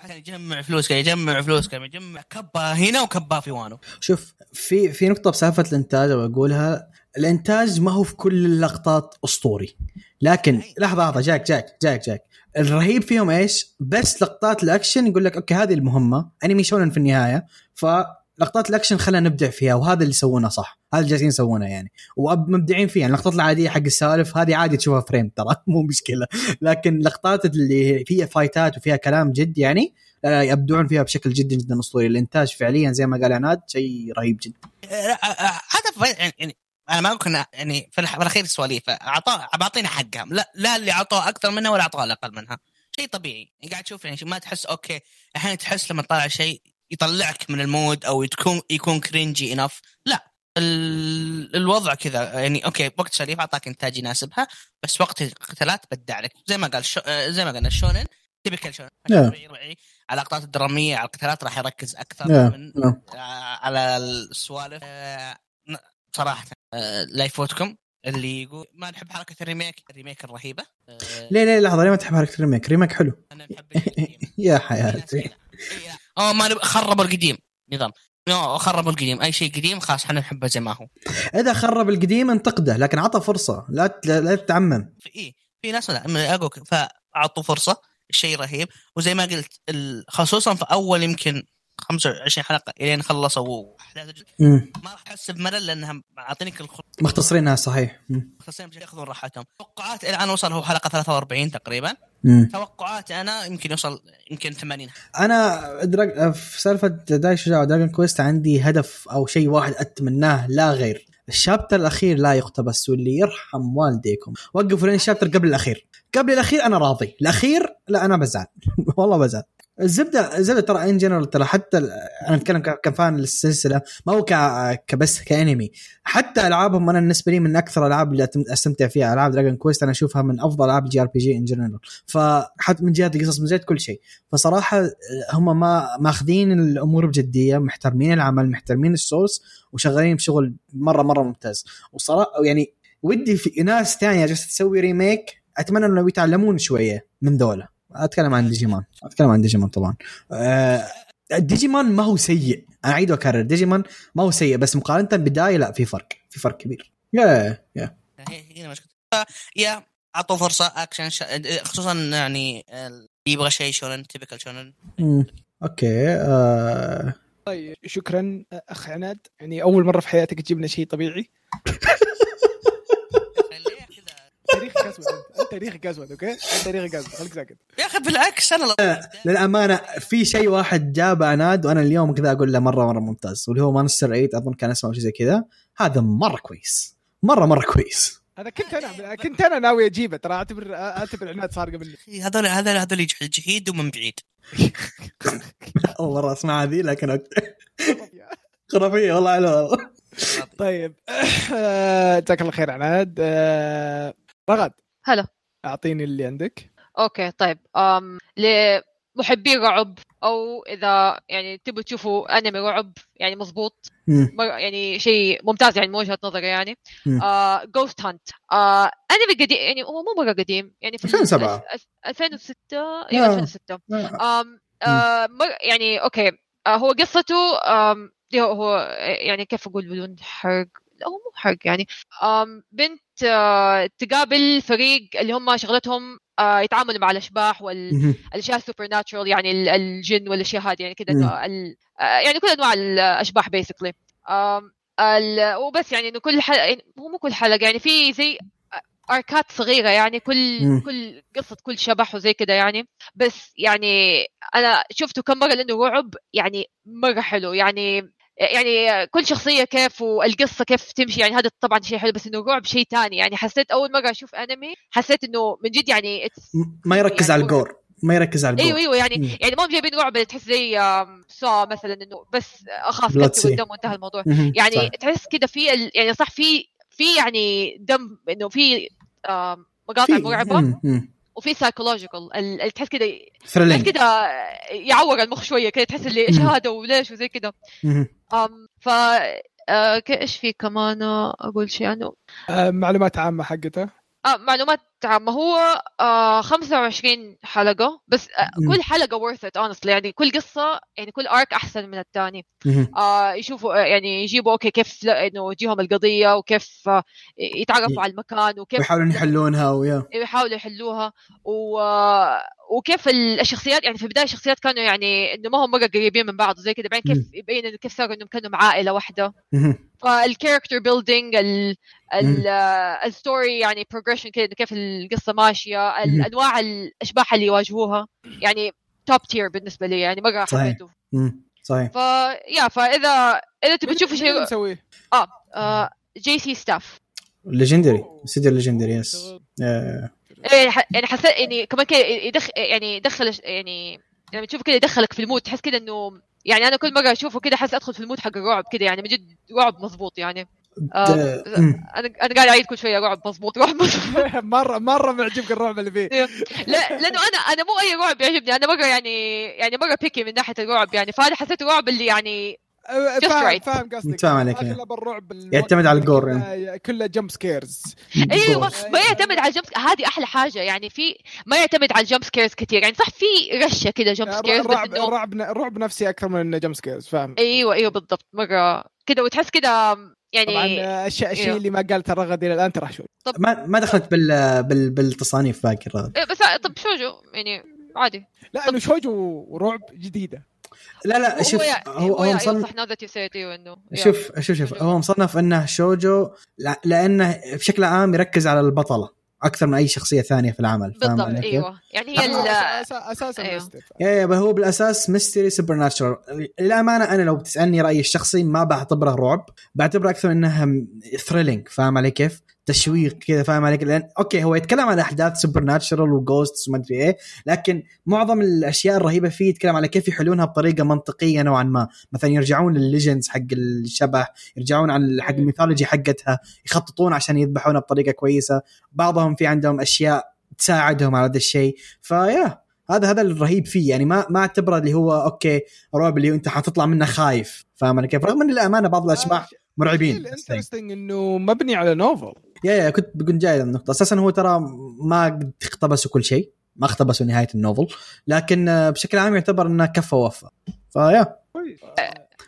Speaker 4: كان يجمع فلوس كان يجمع فلوس كان يجمع كبه هنا وكبه في وانو
Speaker 2: شوف في في نقطه بسالفه الانتاج بقولها الانتاج ما هو في كل اللقطات اسطوري لكن لحظه لحظه جاك جاك جاك جاك الرهيب فيهم ايش بس لقطات الاكشن يقول لك اوكي هذه المهمه انمي شونن في النهايه فلقطات الاكشن خلينا نبدع فيها وهذا اللي سوونه صح هذا اللي جالسين يسوونه يعني ومبدعين فيها يعني اللقطات العاديه حق السالف هذه عادي تشوفها فريم ترى <laughs> مو مشكله لكن لقطات اللي فيها فايتات وفيها كلام جد يعني لا لا يبدعون فيها بشكل جدا جدا اسطوري الانتاج فعليا زي ما قال عناد شيء رهيب جدا
Speaker 4: هذا يعني يعني انا ما كنا يعني في الح- في الاخير سواليف اعطاه بعطينا حقها لا لا اللي اعطاه اكثر منها ولا اعطاه اقل منها شيء طبيعي قاعد تشوف يعني ما تحس اوكي احيانا تحس لما تطلع شيء يطلعك من المود او تكون يكون كرنجي انف لا ال- الوضع كذا يعني اوكي وقت سليم اعطاك انتاج يناسبها بس وقت القتالات بدع لك زي ما قال شو... آه، زي ما قلنا الشونن تبكل شونن
Speaker 2: نعم.
Speaker 4: ربعي ربعي على اللقطات الدراميه على القتالات راح يركز اكثر من
Speaker 2: نعم.
Speaker 4: آه، على السوالف آه، ن- صراحه آه، لا يفوتكم اللي يقول ما نحب حركه الريميك الريميك الرهيبه آه،
Speaker 2: ليه ليه لحظه ليه ما تحب حركه ريميك ريميك حلو
Speaker 4: انا
Speaker 2: <laughs>
Speaker 4: نحب القديم.
Speaker 2: يا
Speaker 4: في ناس <laughs>
Speaker 2: حياتي
Speaker 4: كذا. إيه، اه ما نب- خربوا القديم نظام لا، خربوا القديم اي شيء قديم خلاص احنا نحبه زي ما هو
Speaker 2: اذا خرب القديم انتقده لكن عطى فرصه لا ت- لا تتعمم
Speaker 4: في إيه في ناس لا من اقولك فاعطوا فرصه شيء رهيب وزي ما قلت ال- خصوصا في اول يمكن 25 حلقه الين خلصوا احداث الجزء،
Speaker 2: مم.
Speaker 4: ما راح تحس بملل لانها معطينك الخ-
Speaker 2: مختصرينها صحيح مم.
Speaker 4: مختصرين بشيء ياخذون راحتهم توقعات الان وصل هو حلقه 43 تقريبا
Speaker 2: مم.
Speaker 4: توقعاتي انا يمكن يوصل يمكن 80
Speaker 2: انا دراج... آه، في سالفه داي شجاع ودراجون كويست عندي هدف او شيء واحد اتمناه لا غير الشابتر الاخير لا يقتبس واللي يرحم والديكم وقفوا لين الشابتر قبل الاخير قبل الاخير انا راضي الاخير لا انا بزعل <laughs> والله بزعل الزبده الزبده ترى ان جنرال ترى حتى ال- انا اتكلم ك- كفان للسلسله ما هو ك- كبس كانمي حتى العابهم انا بالنسبه لي من اكثر الالعاب اللي أتم- استمتع فيها العاب دراجون كويست انا اشوفها من افضل العاب جي ار بي جي ان جنرال فحتى من جهه القصص من جهه كل شيء فصراحه هم ما ماخذين الامور بجديه محترمين العمل محترمين السورس وشغالين بشغل مره مره ممتاز وصراحه يعني ودي في ناس ثانيه جالسه تسوي ريميك اتمنى انه يتعلمون شويه من ذولا اتكلم عن ديجيمان اتكلم عن ديجيمان طبعا آه ديجيمان ما هو سيء اعيد واكرر ديجيمان ما هو سيء بس مقارنه بالبدايه لا في فرق في فرق كبير يا يا
Speaker 4: هي هنا مشكلة ف- يا اعطوا فرصه اكشن شا... خصوصا يعني ال- يبغى شيء شونن تيبكال شونن
Speaker 2: مم. اوكي آه
Speaker 1: طيب شكرا اخ عناد يعني اول مره في حياتك تجيب لنا شيء طبيعي
Speaker 4: خليها كذا.
Speaker 1: تاريخك اسود انت أنت تاريخك اسود اوكي أنت تاريخك اسود خليك ساكت
Speaker 4: يا اخي بالعكس انا لا-
Speaker 2: للامانه في شيء واحد جابه عناد وانا اليوم كذا اقول له مره مره ممتاز واللي هو مانستر 8 اظن كان اسمه أو شيء زي كذا هذا مره كويس مره مره كويس <laughs>
Speaker 1: هذا كنت انا كنت انا ناوي اجيبه ترى اعتبر اعتبر عناد صار قبل
Speaker 4: أخي هذول هذول هذول يجح- جحيد ومن بعيد
Speaker 2: اول مره اسمع هذه لكن خرافيه والله على والله
Speaker 1: طيب <laughs> جزاك الله خير عناد آه، رغد
Speaker 3: هلا.
Speaker 1: اعطيني اللي عندك
Speaker 3: اوكي طيب أم لمحبي رعب او اذا يعني تبوا تشوفوا انمي رعب يعني مضبوط
Speaker 2: مم.
Speaker 3: مر- يعني شيء ممتاز يعني من وجهه نظري يعني
Speaker 2: مم.
Speaker 3: جوست هانت آه انمي قديم يعني هو مو مره قديم يعني في ال-
Speaker 2: 2007.
Speaker 3: ألف- ألف- 2006
Speaker 2: آه.
Speaker 3: ايوه 2006
Speaker 2: آه.
Speaker 3: أم آه مر- يعني اوكي آه هو قصته أم هو- هو يعني كيف اقول بدون حرق لا هو مو حرق يعني أم بنت آه تقابل فريق اللي هم شغلتهم آه يتعاملوا مع الاشباح والاشياء
Speaker 2: مهم.
Speaker 3: السوبر ناتشرال يعني ال- الجن والاشياء هذه يعني كذا
Speaker 2: مم.
Speaker 3: ال- آه، يعني كل انواع الاشباح بيسكلي وبس يعني انه كل حلقه يعني هو مو كل حلقه يعني في زي اركات صغيره يعني كل
Speaker 2: مم.
Speaker 3: كل قصه كل شبح وزي كذا يعني بس يعني انا شفته كم مره لانه رعب يعني مره حلو يعني يعني كل شخصيه كيف والقصه كيف تمشي يعني هذا طبعا شيء حلو بس انه رعب شيء تاني يعني حسيت اول مره اشوف انمي حسيت انه من جد يعني it's-
Speaker 2: ما يركز على الجور ما يركز على
Speaker 3: ايوه
Speaker 2: الجور
Speaker 3: ايوه يعني
Speaker 2: مم.
Speaker 3: يعني ما هم جايبين رعب اللي تحس زي آم، سو مثلا انه بس اخاف
Speaker 2: Blood
Speaker 3: كتب
Speaker 2: Sea.
Speaker 3: قدام وانتهى الموضوع
Speaker 2: مهم.
Speaker 3: يعني
Speaker 2: صح.
Speaker 3: تحس كده في ال... يعني صح في في يعني دم انه في آم، مقاطع
Speaker 2: في-
Speaker 3: مرعبه
Speaker 2: مم. مم.
Speaker 3: وفي سايكولوجيكال اللي تحس كده تحس
Speaker 2: ثريلينج
Speaker 3: كده يعور المخ شويه كده تحس اللي ايش
Speaker 2: مم.
Speaker 3: هذا وليش وزي كده
Speaker 2: مهم.
Speaker 3: أم، ف آه، ك- ايش في كمان اقول شيء عنه
Speaker 1: آه، معلومات عامه حقته
Speaker 3: آه معلومات عامة هو آه 25 حلقة بس آه
Speaker 2: مم.
Speaker 3: كل حلقة worth it honestly يعني كل قصة يعني كل ارك احسن من الثاني
Speaker 2: مهم.
Speaker 3: آه، يشوفوا آه، يعني يجيبوا اوكي كيف لا- انه يجيهم القضيه وكيف آه، يتعرفوا
Speaker 2: إيه.
Speaker 3: على المكان وكيف
Speaker 2: ويحاولون يحلونها ويا
Speaker 3: يحاولوا يحلوها و... آه، وكيف ال- الشخصيات يعني في البدايه الشخصيات كانوا يعني انه ما هم مره قريبين من بعض وزي كذا بعدين كيف يبين انه كيف صاروا انهم كانوا عائله واحده
Speaker 2: مهم.
Speaker 3: فالكاركتر بيلدينج ال
Speaker 2: مم.
Speaker 3: ال- آه، الستوري يعني بروجريشن كذا إنه كيف القصه ماشيه
Speaker 2: مم.
Speaker 3: الانواع الاشباح اللي يواجهوها يعني توب تير بالنسبه لي يعني مره
Speaker 2: صحيح.
Speaker 3: حبيته
Speaker 2: مم. صحيح
Speaker 3: ف يا فاذا اذا تبي تشوفوا شيء آه،
Speaker 1: نسويه
Speaker 3: جي سي ستاف
Speaker 2: ليجندري استديو ليجندري يس
Speaker 1: <laughs>
Speaker 2: آه.
Speaker 3: يعني ح- يعني إيه، حسيت يعني كمان كده يدخل يعني يدخل يعني لما تشوف كده يدخلك في المود تحس كده انه يعني انا كل مره اشوفه كده حس ادخل في المود حق الرعب كده يعني من جد رعب مضبوط يعني آه،
Speaker 2: د- مم.
Speaker 3: انا انا قاعد اعيد كل شويه رعب مضبوط رعب مضبوط
Speaker 1: مره مره معجبك الرعب اللي فيه
Speaker 3: لا لانه انا انا مو اي رعب يعجبني انا مره يعني يعني مره بيكي من ناحيه الرعب يعني فانا حسيت الرعب اللي يعني
Speaker 1: أه،
Speaker 3: Just
Speaker 1: فاهم
Speaker 3: right.
Speaker 1: فاهم قصدك
Speaker 2: فاهم عليك، إيه.
Speaker 1: اغلب الرعب الوقت
Speaker 2: يعتمد على الجور يعني
Speaker 1: كله- كله جمب سكيرز
Speaker 3: ايوه
Speaker 1: بالضبط.
Speaker 3: ما يعتمد على الجمب هذه احلى حاجه يعني في ما يعتمد على الجمب سكيرز كثير يعني صح في رشه كده جمب
Speaker 2: يعني
Speaker 3: سكيرز بس
Speaker 1: الرعب
Speaker 3: انه
Speaker 1: الرعب الرعب نفسي اكثر من انه جمب سكيرز فاهم
Speaker 3: ايوه ايوه بالضبط مره كده وتحس كده
Speaker 1: طبعا
Speaker 3: يعني
Speaker 1: آه، الشيء الشيء
Speaker 3: إيوه.
Speaker 1: اللي ما قالته رغد الى الان ترى شو
Speaker 2: ما ما دخلت بال بال بالتصانيف باكر
Speaker 3: إيه بس طب شوجو يعني عادي
Speaker 1: لا انه شوجو ورعب جديده
Speaker 2: لا لا شوف هو هو مصنف
Speaker 3: صح ناو ذات يو سيت ايوه انه yeah.
Speaker 2: شوف شوف شوف هو مصنف انه شوجو لا- لانه بشكل عام يركز على البطله اكثر من اي شخصيه ثانيه في العمل فاهم علي
Speaker 3: بالضبط
Speaker 2: كيف؟
Speaker 3: ايوه يعني هي
Speaker 1: أسا-
Speaker 3: ال-
Speaker 1: أسا- اساسا
Speaker 3: أيوه.
Speaker 1: مستر.
Speaker 2: يا يا بل هو بالاساس ميستري سوبر ناتشرال للامانه انا لو بتسالني رايي الشخصي ما بعتبره رعب بعتبره اكثر انها ثريلينج فاهم علي كيف؟ تشويق كذا فاهم عليك لان اوكي هو يتكلم عن احداث سوبر ناتشرال وجوستس وما ادري ايه لكن معظم الاشياء الرهيبه فيه يتكلم على كيف يحلونها بطريقه منطقيه نوعا ما مثلا يرجعون للليجندز حق الشبه يرجعون عن حق الميثولوجي حقتها يخططون عشان يذبحونها بطريقه كويسه بعضهم في عندهم اشياء تساعدهم على هذا الشيء فيا هذا هذا الرهيب فيه يعني ما ما اعتبره اللي هو اوكي رعب اللي انت حتطلع منه خايف فاهم علي كيف؟ رغم ان الامانه بعض
Speaker 1: آه،
Speaker 2: الاشباح مرعبين
Speaker 1: الانترستنج انه مبني على نوفل
Speaker 2: يا يا كنت بكون جاي النقطة اساسا هو ترى ما قد اقتبسوا كل شيء ما اقتبسوا نهاية النوفل لكن آه، بشكل عام يعتبر انه كفى ووفى فيا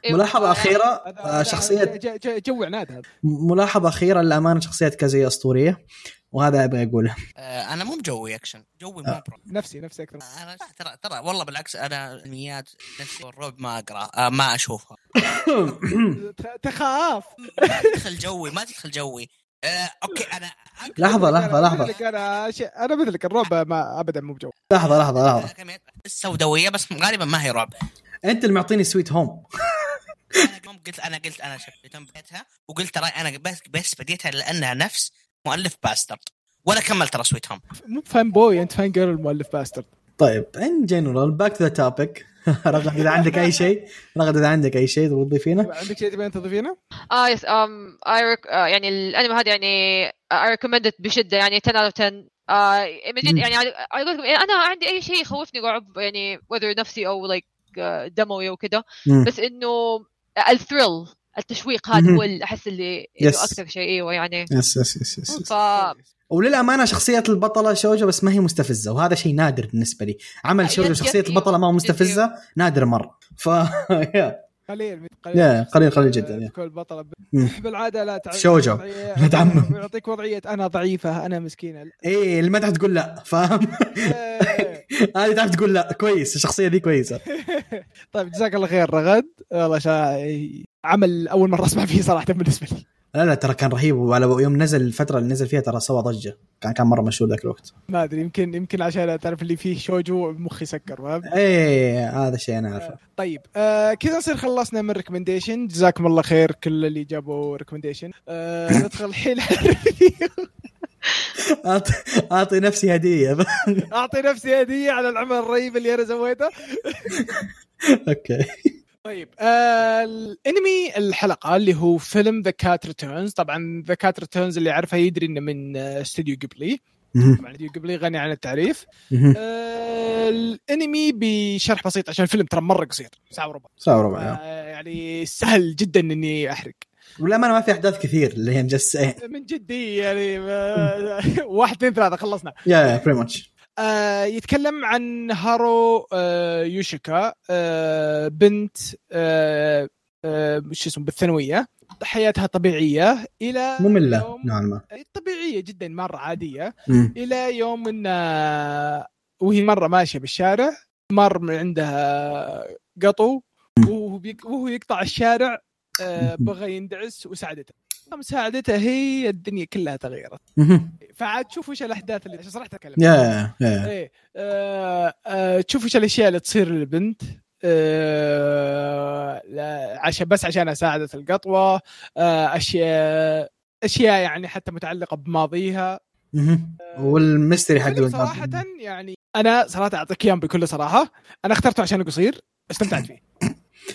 Speaker 3: إيوه.
Speaker 2: ملاحظة أخيرة
Speaker 1: هذا-
Speaker 2: آه،
Speaker 1: يعني هذا-
Speaker 2: شخصية
Speaker 1: ج- ج- جو عناد هذا
Speaker 2: ملاحظة أخيرة للأمانة شخصية كازويا أسطورية وهذا أبغى أقوله
Speaker 4: آه، انا مو بجوي اكشن جوي مو برعب
Speaker 1: نفسي نفسي اكثر
Speaker 4: انا ترى ترى والله بالعكس انا انميات نفسي والرعب ما اقرا آه، ما اشوفها
Speaker 1: ت- تخاف
Speaker 4: ما تدخل جوي ما تدخل جوي آه، اوكي انا أقرأ
Speaker 2: لحظة لحظة
Speaker 1: أنا
Speaker 2: لحظة
Speaker 1: مثلك انا ش- انا مثلك الرعب ما ابدا مو بجو
Speaker 2: لحظة لحظة لحظة
Speaker 4: كميات السوداويه بس غالبا ما هي رعب
Speaker 2: أنت اللي معطيني سويت هوم
Speaker 4: انا يوم قلت انا قلت انا شفتهم بديتها وقلت ترى انا بس بس بديتها لانها نفس مؤلف باسترد ولا كملت ترى سويت هوم
Speaker 1: مو فان بوي انت فان جيرل المؤلف باستر
Speaker 2: طيب ان جنرال باك تو ذا توبيك <laughs> رغد إذا عندك أي شيء رغد إذا عندك أي شيء تبغى تضيفينه
Speaker 1: عندك شيء تبين تضيفينه؟
Speaker 3: اه يس ام اي ريك آه يعني الانمي هذا يعني اي ريكومند بشده يعني 10 اوت 10 آه من جد
Speaker 2: مم.
Speaker 3: يعني أنا- اقول لكم انا عندي اي شيء يخوفني رعب يعني whether نفسي آه، او لايك دموي وكذا
Speaker 2: مم.
Speaker 3: بس انه الثريل التشويق هذا
Speaker 2: مهم.
Speaker 3: هو اللي احس اللي انه
Speaker 2: Yes.
Speaker 3: اكثر شيء ايوه يعني
Speaker 2: يس يس يس يس, يس.
Speaker 3: ف
Speaker 2: وللامانه شخصيه البطله شوجو بس ما هي مستفزه وهذا شيء نادر بالنسبه لي عمل شوجو
Speaker 3: يس، يس،
Speaker 2: شخصيه
Speaker 3: أيوه.
Speaker 2: البطله ما هو مستفزه نادر مره ف <laughs> يا.
Speaker 1: قليل
Speaker 2: يا، قليل- قليل جداً، يا.
Speaker 1: كل بطل
Speaker 2: مم.
Speaker 1: بالعاده لا تعرف
Speaker 2: شوجو. لا تعمم.
Speaker 1: يعطيك وضعيه انا ضعيفه انا مسكينه
Speaker 2: ايه اللي ما تعرف تقول لا فاهم <laughs>
Speaker 1: إيه.
Speaker 2: هذه تعرف تقول لا كويس الشخصيه دي كويسه
Speaker 1: <laughs> طيب جزاك الله خير رغد والله شا... عمل اول مره اسمع فيه صراحه بالنسبه لي <laughs>
Speaker 2: لا لا ترى كان رهيب وعلى يوم نزل الفتره اللي نزل فيها ترى سوى ضجه كان كان مره مشهور ذاك الوقت
Speaker 1: ما ادري يمكن يمكن عشان تعرف اللي فيه شوجو مخي سكر فاهم
Speaker 2: ايه هذا الشيء انا اعرفه
Speaker 1: طيب آه كذا نصير خلصنا من ريكومنديشن جزاكم الله خير كل اللي جابوا ريكومنديشن آه ندخل الحين على الريفيو.
Speaker 2: اعطي اعطي نفسي <laughs> هديه
Speaker 1: اعطي نفسي هديه على العمل الرهيب اللي انا سويته
Speaker 2: اوكي
Speaker 1: طيب آه الانمي الحلقه اللي هو فيلم ذا كات ريتيرنز طبعا ذا كات ريتيرنز اللي يعرفه يدري انه من آه، استوديو جيبلي
Speaker 2: مهم.
Speaker 1: طبعا استوديو جيبلي غني عن التعريف
Speaker 2: مهم.
Speaker 1: آه، الانمي بشرح بسيط عشان الفيلم ترى مره قصير ساعه وربع
Speaker 2: ساعة وربع
Speaker 1: آه، يعني سهل جدا اني احرق
Speaker 2: وللامانه ما في احداث كثير اللي هي جس يا
Speaker 1: من جدي يعني آه، واحد اثنين ثلاثه خلصنا
Speaker 2: يا بري ماتش
Speaker 1: آه، يتكلم عن هارو آه، يوشيكا آه، بنت آه، آه، شو اسمه بالثانويه حياتها طبيعيه الى
Speaker 2: ممله
Speaker 1: يوم-
Speaker 2: نوعا ما
Speaker 1: طبيعيه جدا مره عاديه
Speaker 2: مم.
Speaker 1: الى يوم ان آه، وهي مره ماشيه بالشارع مر من عندها قطو وهو بيك- وهو يقطع الشارع آه، بغى يندعس وساعدته مساعدته هي الدنيا كلها تغيرت
Speaker 2: مهم.
Speaker 1: فعاد شوف وش الاحداث اللي عشان صراحه اتكلم
Speaker 2: يا يا
Speaker 1: ايه آه، آه، تشوف وش الاشياء اللي تصير للبنت آه، لا، عشان بس عشان اساعدت القطوه آه، اشياء اشياء يعني حتى متعلقه بماضيها
Speaker 2: مهم. والمستري حق
Speaker 1: الفيلم صراحة يعني انا صراحة اعطيك اياهم بكل صراحة انا اخترته عشان قصير استمتعت فيه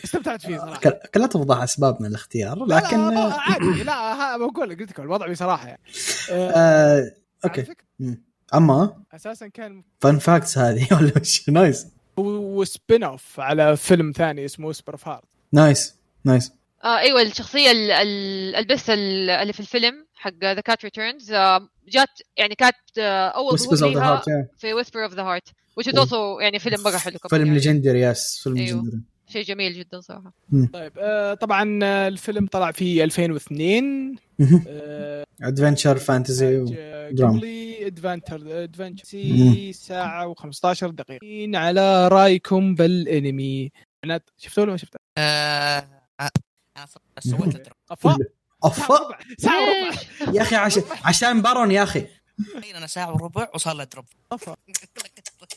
Speaker 1: استمتعت فيه صراحه
Speaker 2: كل- كلها توضح اسباب من الاختيار
Speaker 1: لا، لا،
Speaker 2: لكن
Speaker 1: لا، عادي لا ها- بقول لك قلت لكم الوضع بصراحه يعني آه،
Speaker 2: آه
Speaker 1: على
Speaker 2: اوكي
Speaker 1: فكرة،
Speaker 2: اما
Speaker 1: اساسا كان
Speaker 2: فان فاكتس هذه <laughs> ولا وش نايس
Speaker 1: وسبين اوف على فيلم ثاني اسمه سبير اوف هارت
Speaker 2: نايس نايس
Speaker 3: آه ايوه الشخصيه ال- ال- البس ال- اللي في الفيلم حق ذا كات ريتيرنز جات يعني كانت آه، اول
Speaker 2: وسبيس
Speaker 3: ظهور
Speaker 2: اوف ذا
Speaker 3: ليها
Speaker 2: هارت yeah.
Speaker 3: في ويسبر اوف ذا هارت which is
Speaker 2: أوه.
Speaker 3: also يعني فيلم مره حلو كمان
Speaker 2: فيلم
Speaker 3: يعني.
Speaker 2: ليجندري يس فيلم
Speaker 3: أيوه.
Speaker 2: ليجندري
Speaker 3: شيء جميل جدا صراحه
Speaker 1: طيب آه، طبعا آه، الفيلم طلع في 2002 آه،
Speaker 2: ادفنشر فانتزي
Speaker 1: آه،
Speaker 2: دراما.
Speaker 1: قبلي ادفانتر ادفانتر
Speaker 2: مم.
Speaker 1: ساعه و15 دقيقه على رايكم بالانمي معنات شفتوه ولا ما شفته؟
Speaker 4: آه، آه، انا صراحة بس
Speaker 2: <laughs>
Speaker 4: سويت الدروب.
Speaker 1: افا ساعه
Speaker 2: اوف
Speaker 3: <laughs>
Speaker 1: وربع ساعه وربع
Speaker 3: ليش؟
Speaker 2: يا اخي عش... عشان بارون يا اخي
Speaker 4: تخيل انا ساعه وربع وصار له دروب
Speaker 1: أفا.
Speaker 4: <laughs>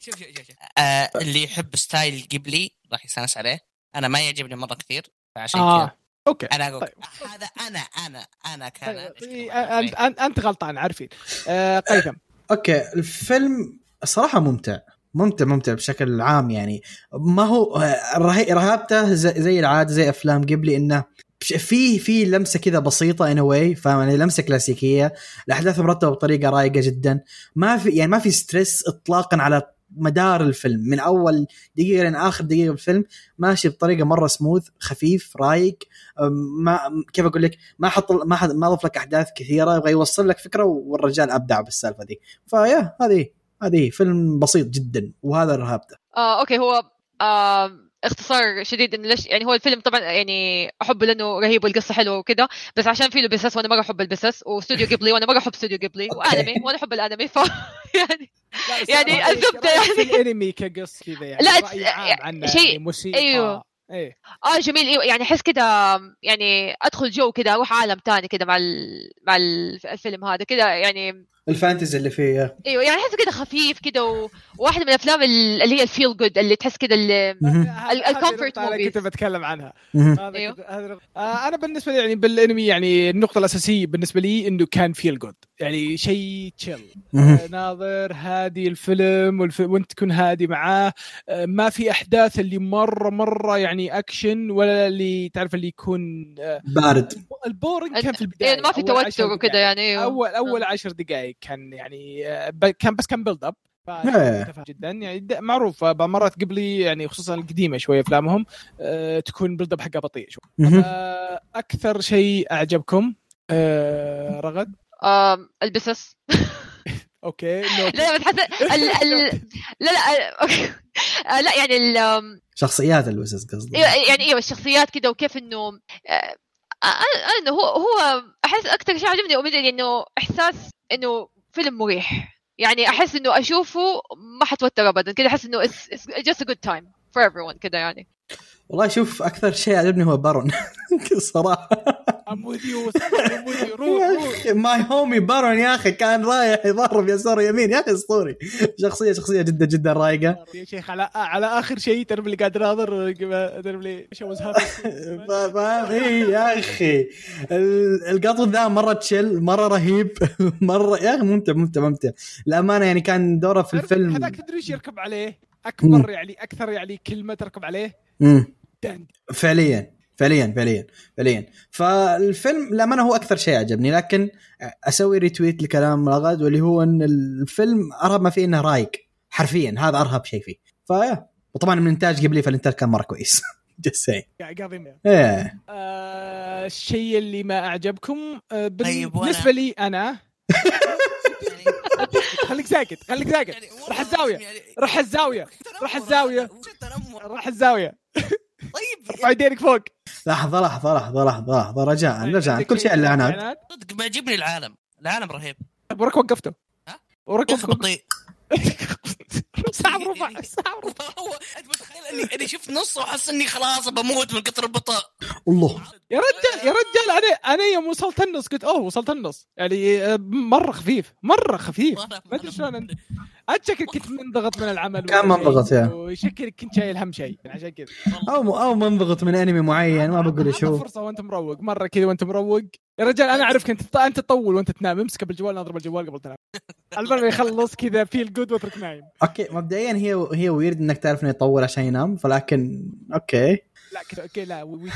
Speaker 4: شوف شوف شوف شوف. آه، اللي يحب ستايل قبلي راح يستانس عليه انا ما يعجبني مره كثير فعشان
Speaker 2: آه.
Speaker 1: اه
Speaker 4: كذا
Speaker 1: اوكي
Speaker 4: انا اقول
Speaker 1: طيب.
Speaker 4: هذا انا انا انا كان
Speaker 1: طيب، أنت- أنت- انت غلطان عارفين آه، قيثم
Speaker 2: اوكي الفيلم الصراحه ممتع ممتع ممتع بشكل عام يعني ما هو آه، رهي- رهابته زي زي العاده زي افلام قبلي انه بش- في في لمسه كذا بسيطه ان واي فاهم يعني لمسه كلاسيكيه الاحداث مرتبه بطريقه رايقه جدا ما في يعني ما في ستريس اطلاقا على مدار الفيلم من اول دقيقه لين اخر دقيقه بالفيلم ماشي بطريقه مره سموث خفيف رايق أم، ما كيف اقول لك ما حط ما حط ما ضف لك احداث كثيره يبغى يوصل لك فكره والرجال ابدع بالسالفه دي فيا هذه هذه فيلم بسيط جدا وهذا رهابته
Speaker 3: آه اوكي هو آه اختصار شديد انه ليش يعني هو الفيلم طبعا يعني احبه لانه رهيب والقصه حلوه وكذا بس عشان فيه له بسس وانا مره احب البسس واستوديو قبلي وانا مره احب استوديو قبلي
Speaker 2: أوكي.
Speaker 3: وانمي وانا احب الانمي ف يعني
Speaker 1: لا، بس
Speaker 3: <laughs> يعني
Speaker 1: رأيك-
Speaker 3: الزبدة
Speaker 1: رأيك في الانمي كقص كذا يعني
Speaker 3: لا،
Speaker 1: رأي عام عنه
Speaker 3: شيء-
Speaker 1: يعني موسيقى
Speaker 3: أيوه.
Speaker 1: ايه
Speaker 3: اه جميل ايوه يعني احس كذا يعني ادخل جو كذا اروح عالم تاني كذا مع ال... مع ال- الفيلم هذا كذا يعني
Speaker 2: الفانتزي اللي فيه
Speaker 3: ايوه يعني احس كده خفيف كده و... واحد من الافلام ال- اللي هي الفيل جود اللي تحس كذا اللي... ال- الكومفورت موفيز.
Speaker 1: كنت بتكلم عنها هذا
Speaker 3: أيوه.
Speaker 1: كنت- هذا النقطة. آه، انا بالنسبه لي يعني بالانمي يعني النقطه الاساسيه بالنسبه لي انه كان فيل جود يعني شيء تشيل
Speaker 3: <laughs>
Speaker 1: ناظر هادي الفيلم والف... وانت تكون هادي معاه آه، ما في احداث اللي مره مره يعني اكشن ولا اللي تعرف اللي يكون آه،
Speaker 2: بارد
Speaker 1: البورنج
Speaker 3: ال-
Speaker 1: كان في البدايه
Speaker 3: يعني ما في
Speaker 1: أول عشر
Speaker 3: توتر وكذا
Speaker 1: دقايق.
Speaker 3: يعني ايوه
Speaker 1: اول اول عشر دقائق كان يعني آه، ب- كان بس كان بيلد اب
Speaker 2: إيه.
Speaker 1: جدا يعني د- معروف آه، مرات قبلي يعني خصوصا القديمه شويه افلامهم آه، تكون بيلد اب حقها بطيء شوي آه، اكثر شيء اعجبكم آه، رغد
Speaker 3: آم، البسس
Speaker 1: اوكي نو.
Speaker 3: <laughs> لا لا بتحس ال... ال... لا لا <laughs> أوكي. آه، لا يعني ال... آم،
Speaker 2: شخصيات الوسس قصدي
Speaker 3: إيوه، يعني ايوه الشخصيات كذا وكيف انه آه، أنا- أنا انه هو هو احس اكثر شيء عجبني اوميدلي انه احساس انه فيلم مريح يعني احس انه اشوفه ما حتوتر ابدا كذا احس انه it's, it's just a good time for everyone كذا يعني
Speaker 2: والله شوف اكثر شيء عجبني هو بارون <laughs> الصراحه
Speaker 1: I'm with you I'm with you. روح روح
Speaker 2: ماي هومي بارون يا اخي كان رايح يضرب يسار يمين يا اخي اسطوري شخصيه شخصيه جدا جدا رايقه
Speaker 1: يا شيخ على على اخر شيء تعرف اللي قاعد اناظر تعرف اللي ايش was happening.
Speaker 2: ف- فاهم اي يا اخي ال- القطو ذا مره تشل مره رهيب <laughs> مره يا اخي ممتع ممتع ممتع الامانه يعني كان دوره في
Speaker 1: تعرف
Speaker 2: الفيلم
Speaker 1: هذاك تدري ايش يركب عليه؟ اكبر يعني اكثر يعني كلمه تركب عليه
Speaker 2: مم.
Speaker 1: دند
Speaker 2: فعليا فعليا فعليا فعليا فالفيلم للامانه هو اكثر شيء عجبني لكن اسوي ريتويت لكلام رغد واللي هو ان الفيلم ارهب ما فيه انه رايق حرفيا هذا ارهب شيء فيه فيا وطبعا من انتاج قبلي فالانتاج كان مره كويس <laughs> جس
Speaker 1: قاضي مير.
Speaker 2: ايه
Speaker 1: آه، الشيء اللي ما اعجبكم آه، بال-
Speaker 4: طيب، وأنا؟
Speaker 1: بالنسبه لي انا
Speaker 4: طيب.
Speaker 1: خليك ساكت خليك ساكت
Speaker 4: يعني
Speaker 1: راح الزاوية. راح الزاوية. راح الزاوية. راح الزاويه ارفع
Speaker 4: طيب
Speaker 1: يدينك فوق
Speaker 2: لحظه لحظه لحظه لحظه لحظه رجاء
Speaker 1: طيب،
Speaker 2: رجاء كل شيء الا عناد
Speaker 4: صدق ما يعجبني العالم العالم رهيب
Speaker 1: طيب وراك وقفته
Speaker 4: ها؟
Speaker 1: وراك
Speaker 4: يا اخي
Speaker 1: وقفته
Speaker 4: بطيء
Speaker 1: <laughs> ساعه
Speaker 4: <laughs>
Speaker 1: وربع ساعه وربع
Speaker 4: هو انت متخيل اني اني شفت نصه وحس اني خلاص بموت من كثر البطء
Speaker 2: الله
Speaker 1: يا رجال يا رجال انا انا يوم وصلت النص قلت اوه وصلت النص يعني آه، مره خفيف مره خفيف إيه، ما أدري شلون أنت. اتشكك كنت منضغط من العمل
Speaker 2: كان
Speaker 1: ولا شيء.
Speaker 2: منضغط، يا.
Speaker 1: وشكلك كنت شايل هم شيء يعني عشان كذا
Speaker 2: او او منضغط من انمي معين ما بقول
Speaker 1: عطنا <laughs>
Speaker 2: شو
Speaker 1: فرصه وانت مروق مره كذا وانت مروق يا رجال انا اعرفك انت
Speaker 4: <laughs>
Speaker 1: انت تطول وانت تنام امسك بالجوال اضرب الجوال قبل تنام البر يخلص كذا فيل جود واترك نايم
Speaker 2: اوكي مبدئيا هي هي ويرد انك تعرف انه يطول عشان ينام فلكن اوكي
Speaker 1: لا كذا اوكي لا وي- وي-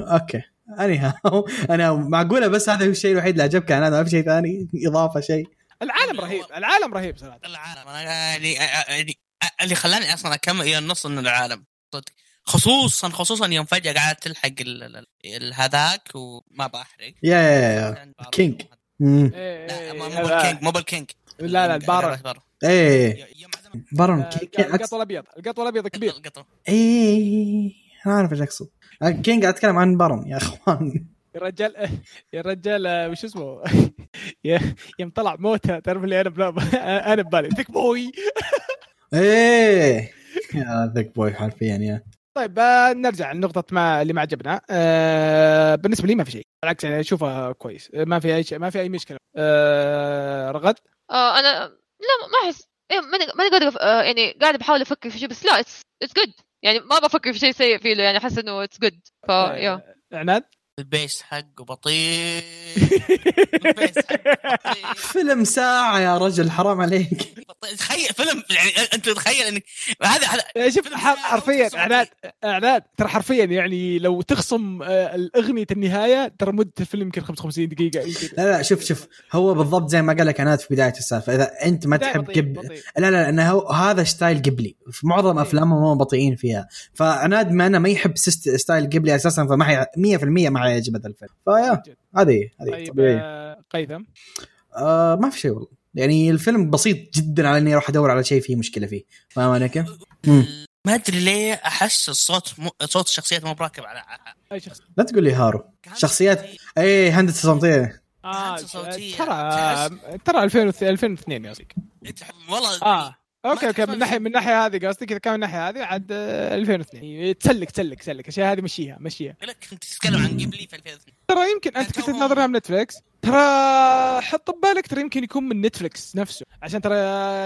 Speaker 2: اوكي اني <laughs> انا معقوله بس هذا هو الشيء الوحيد اللي عجبك عن هذا ما في شيء ثاني اضافه شيء
Speaker 1: العالم رهيب العالم رهيب صراحه
Speaker 4: العالم أنا- يعني يعني- اللي خلاني اصلا اكمل الى النص ان العالم صدق خصوصا خصوصا يوم فجاه قعدت تلحق ال- ال- ال- هذاك وما بحرق
Speaker 2: يا يا يا كينج. أمم.
Speaker 1: إيه،
Speaker 4: لا
Speaker 1: إيه،
Speaker 4: مو
Speaker 1: هذا-
Speaker 4: بالكينج مو بالكينج يعني
Speaker 1: لا لا البارع
Speaker 2: ايه
Speaker 4: يوم عزم-
Speaker 2: برون
Speaker 1: آه،
Speaker 2: كي- كي- عكس-
Speaker 1: القطو الابيض القطو الابيض كبير
Speaker 4: القطو.
Speaker 2: إيه، ايه انا عارف ايش اقصد كينج قاعد اتكلم آه، عن برون يا <laughs> اخوان
Speaker 1: يا رجال يا رجال آه، وش اسمه <laughs> يا- يوم طلع موتى تعرف اللي انا بلا- انا ببالي ذيك بوي
Speaker 2: ايه يا ذك بوي حرفيا يا
Speaker 1: طيب آه، نرجع لنقطة ما اللي ما عجبنا آه، بالنسبة لي ما في شيء بالعكس يعني اشوفه كويس آه، ما في اي شيء ما في اي مشكلة آه، رغد
Speaker 3: آه انا لا ما احس إيه، ماني ماني قادر أف- آه، يعني قاعد بحاول افكر في شيء بس لا اتس اتس جود يعني ما بفكر في شيء سيء فيه يعني احس انه اتس جود ف
Speaker 1: آه،
Speaker 3: يا
Speaker 1: <laughs> عناد
Speaker 4: البيس حقه بطيء البيس حقه بطيء
Speaker 2: فيلم ساعة يا رجل حرام عليك
Speaker 4: بطيء. تخيل فيلم يعني انت تتخيل انك هذا هذا
Speaker 1: شوف ح- حرفيا عناد عناد ترى حرفيا يعني لو تخصم آه، الاغنية النهاية ترى مدة الفيلم يمكن 55 دقيقة يمكن.
Speaker 2: لا لا شوف شوف هو بالضبط زي ما قال لك عناد في بداية السالفة إذا أنت ما
Speaker 1: بداية
Speaker 2: تحب
Speaker 1: بطيء-
Speaker 2: قب...
Speaker 1: بطيء.
Speaker 2: لا لا انه هو هذا ستايل قبلي في معظم
Speaker 1: إيه.
Speaker 2: افلامه هم بطيئين فيها فعناد ما انا ما يحب سيست... ستايل قبلي اساسا فما حي... 100% ما حيعجب هذا الفيلم فيا هذه هذه
Speaker 1: طيب
Speaker 2: طبيعية
Speaker 1: آه، قيثم
Speaker 2: آه ما في شيء والله يعني الفيلم بسيط جدا على اني اروح ادور على شيء فيه مشكله فيه فاهم علي كيف؟ مم.
Speaker 4: ما ادري ليه احس الصوت مو... صوت الشخصيات مو براكب على
Speaker 1: اي شخص
Speaker 2: لا تقول لي هارو إيه، شخصيات اي هندسه صمتيه
Speaker 1: اه
Speaker 4: هندسة صوتية.
Speaker 1: ترى ترى 2000 2002 يا صديقي
Speaker 4: والله
Speaker 1: اه اوكي
Speaker 4: ما
Speaker 1: اوكي من
Speaker 4: تحفظ.
Speaker 1: ناحيه من ناحيه هذه قصدي كذا كان من ناحيه هذه عاد آه، 2002 تسلك تسلك تسلك الاشياء هذه مشيها مشيها
Speaker 4: اقول لك كنت تتكلم عن قبلي في 2002
Speaker 1: ترى يمكن انت كنت
Speaker 4: ترى هو-
Speaker 1: تناظرها من نتفلكس ترى حط ببالك ترى يمكن يكون من نتفلكس نفسه عشان ترى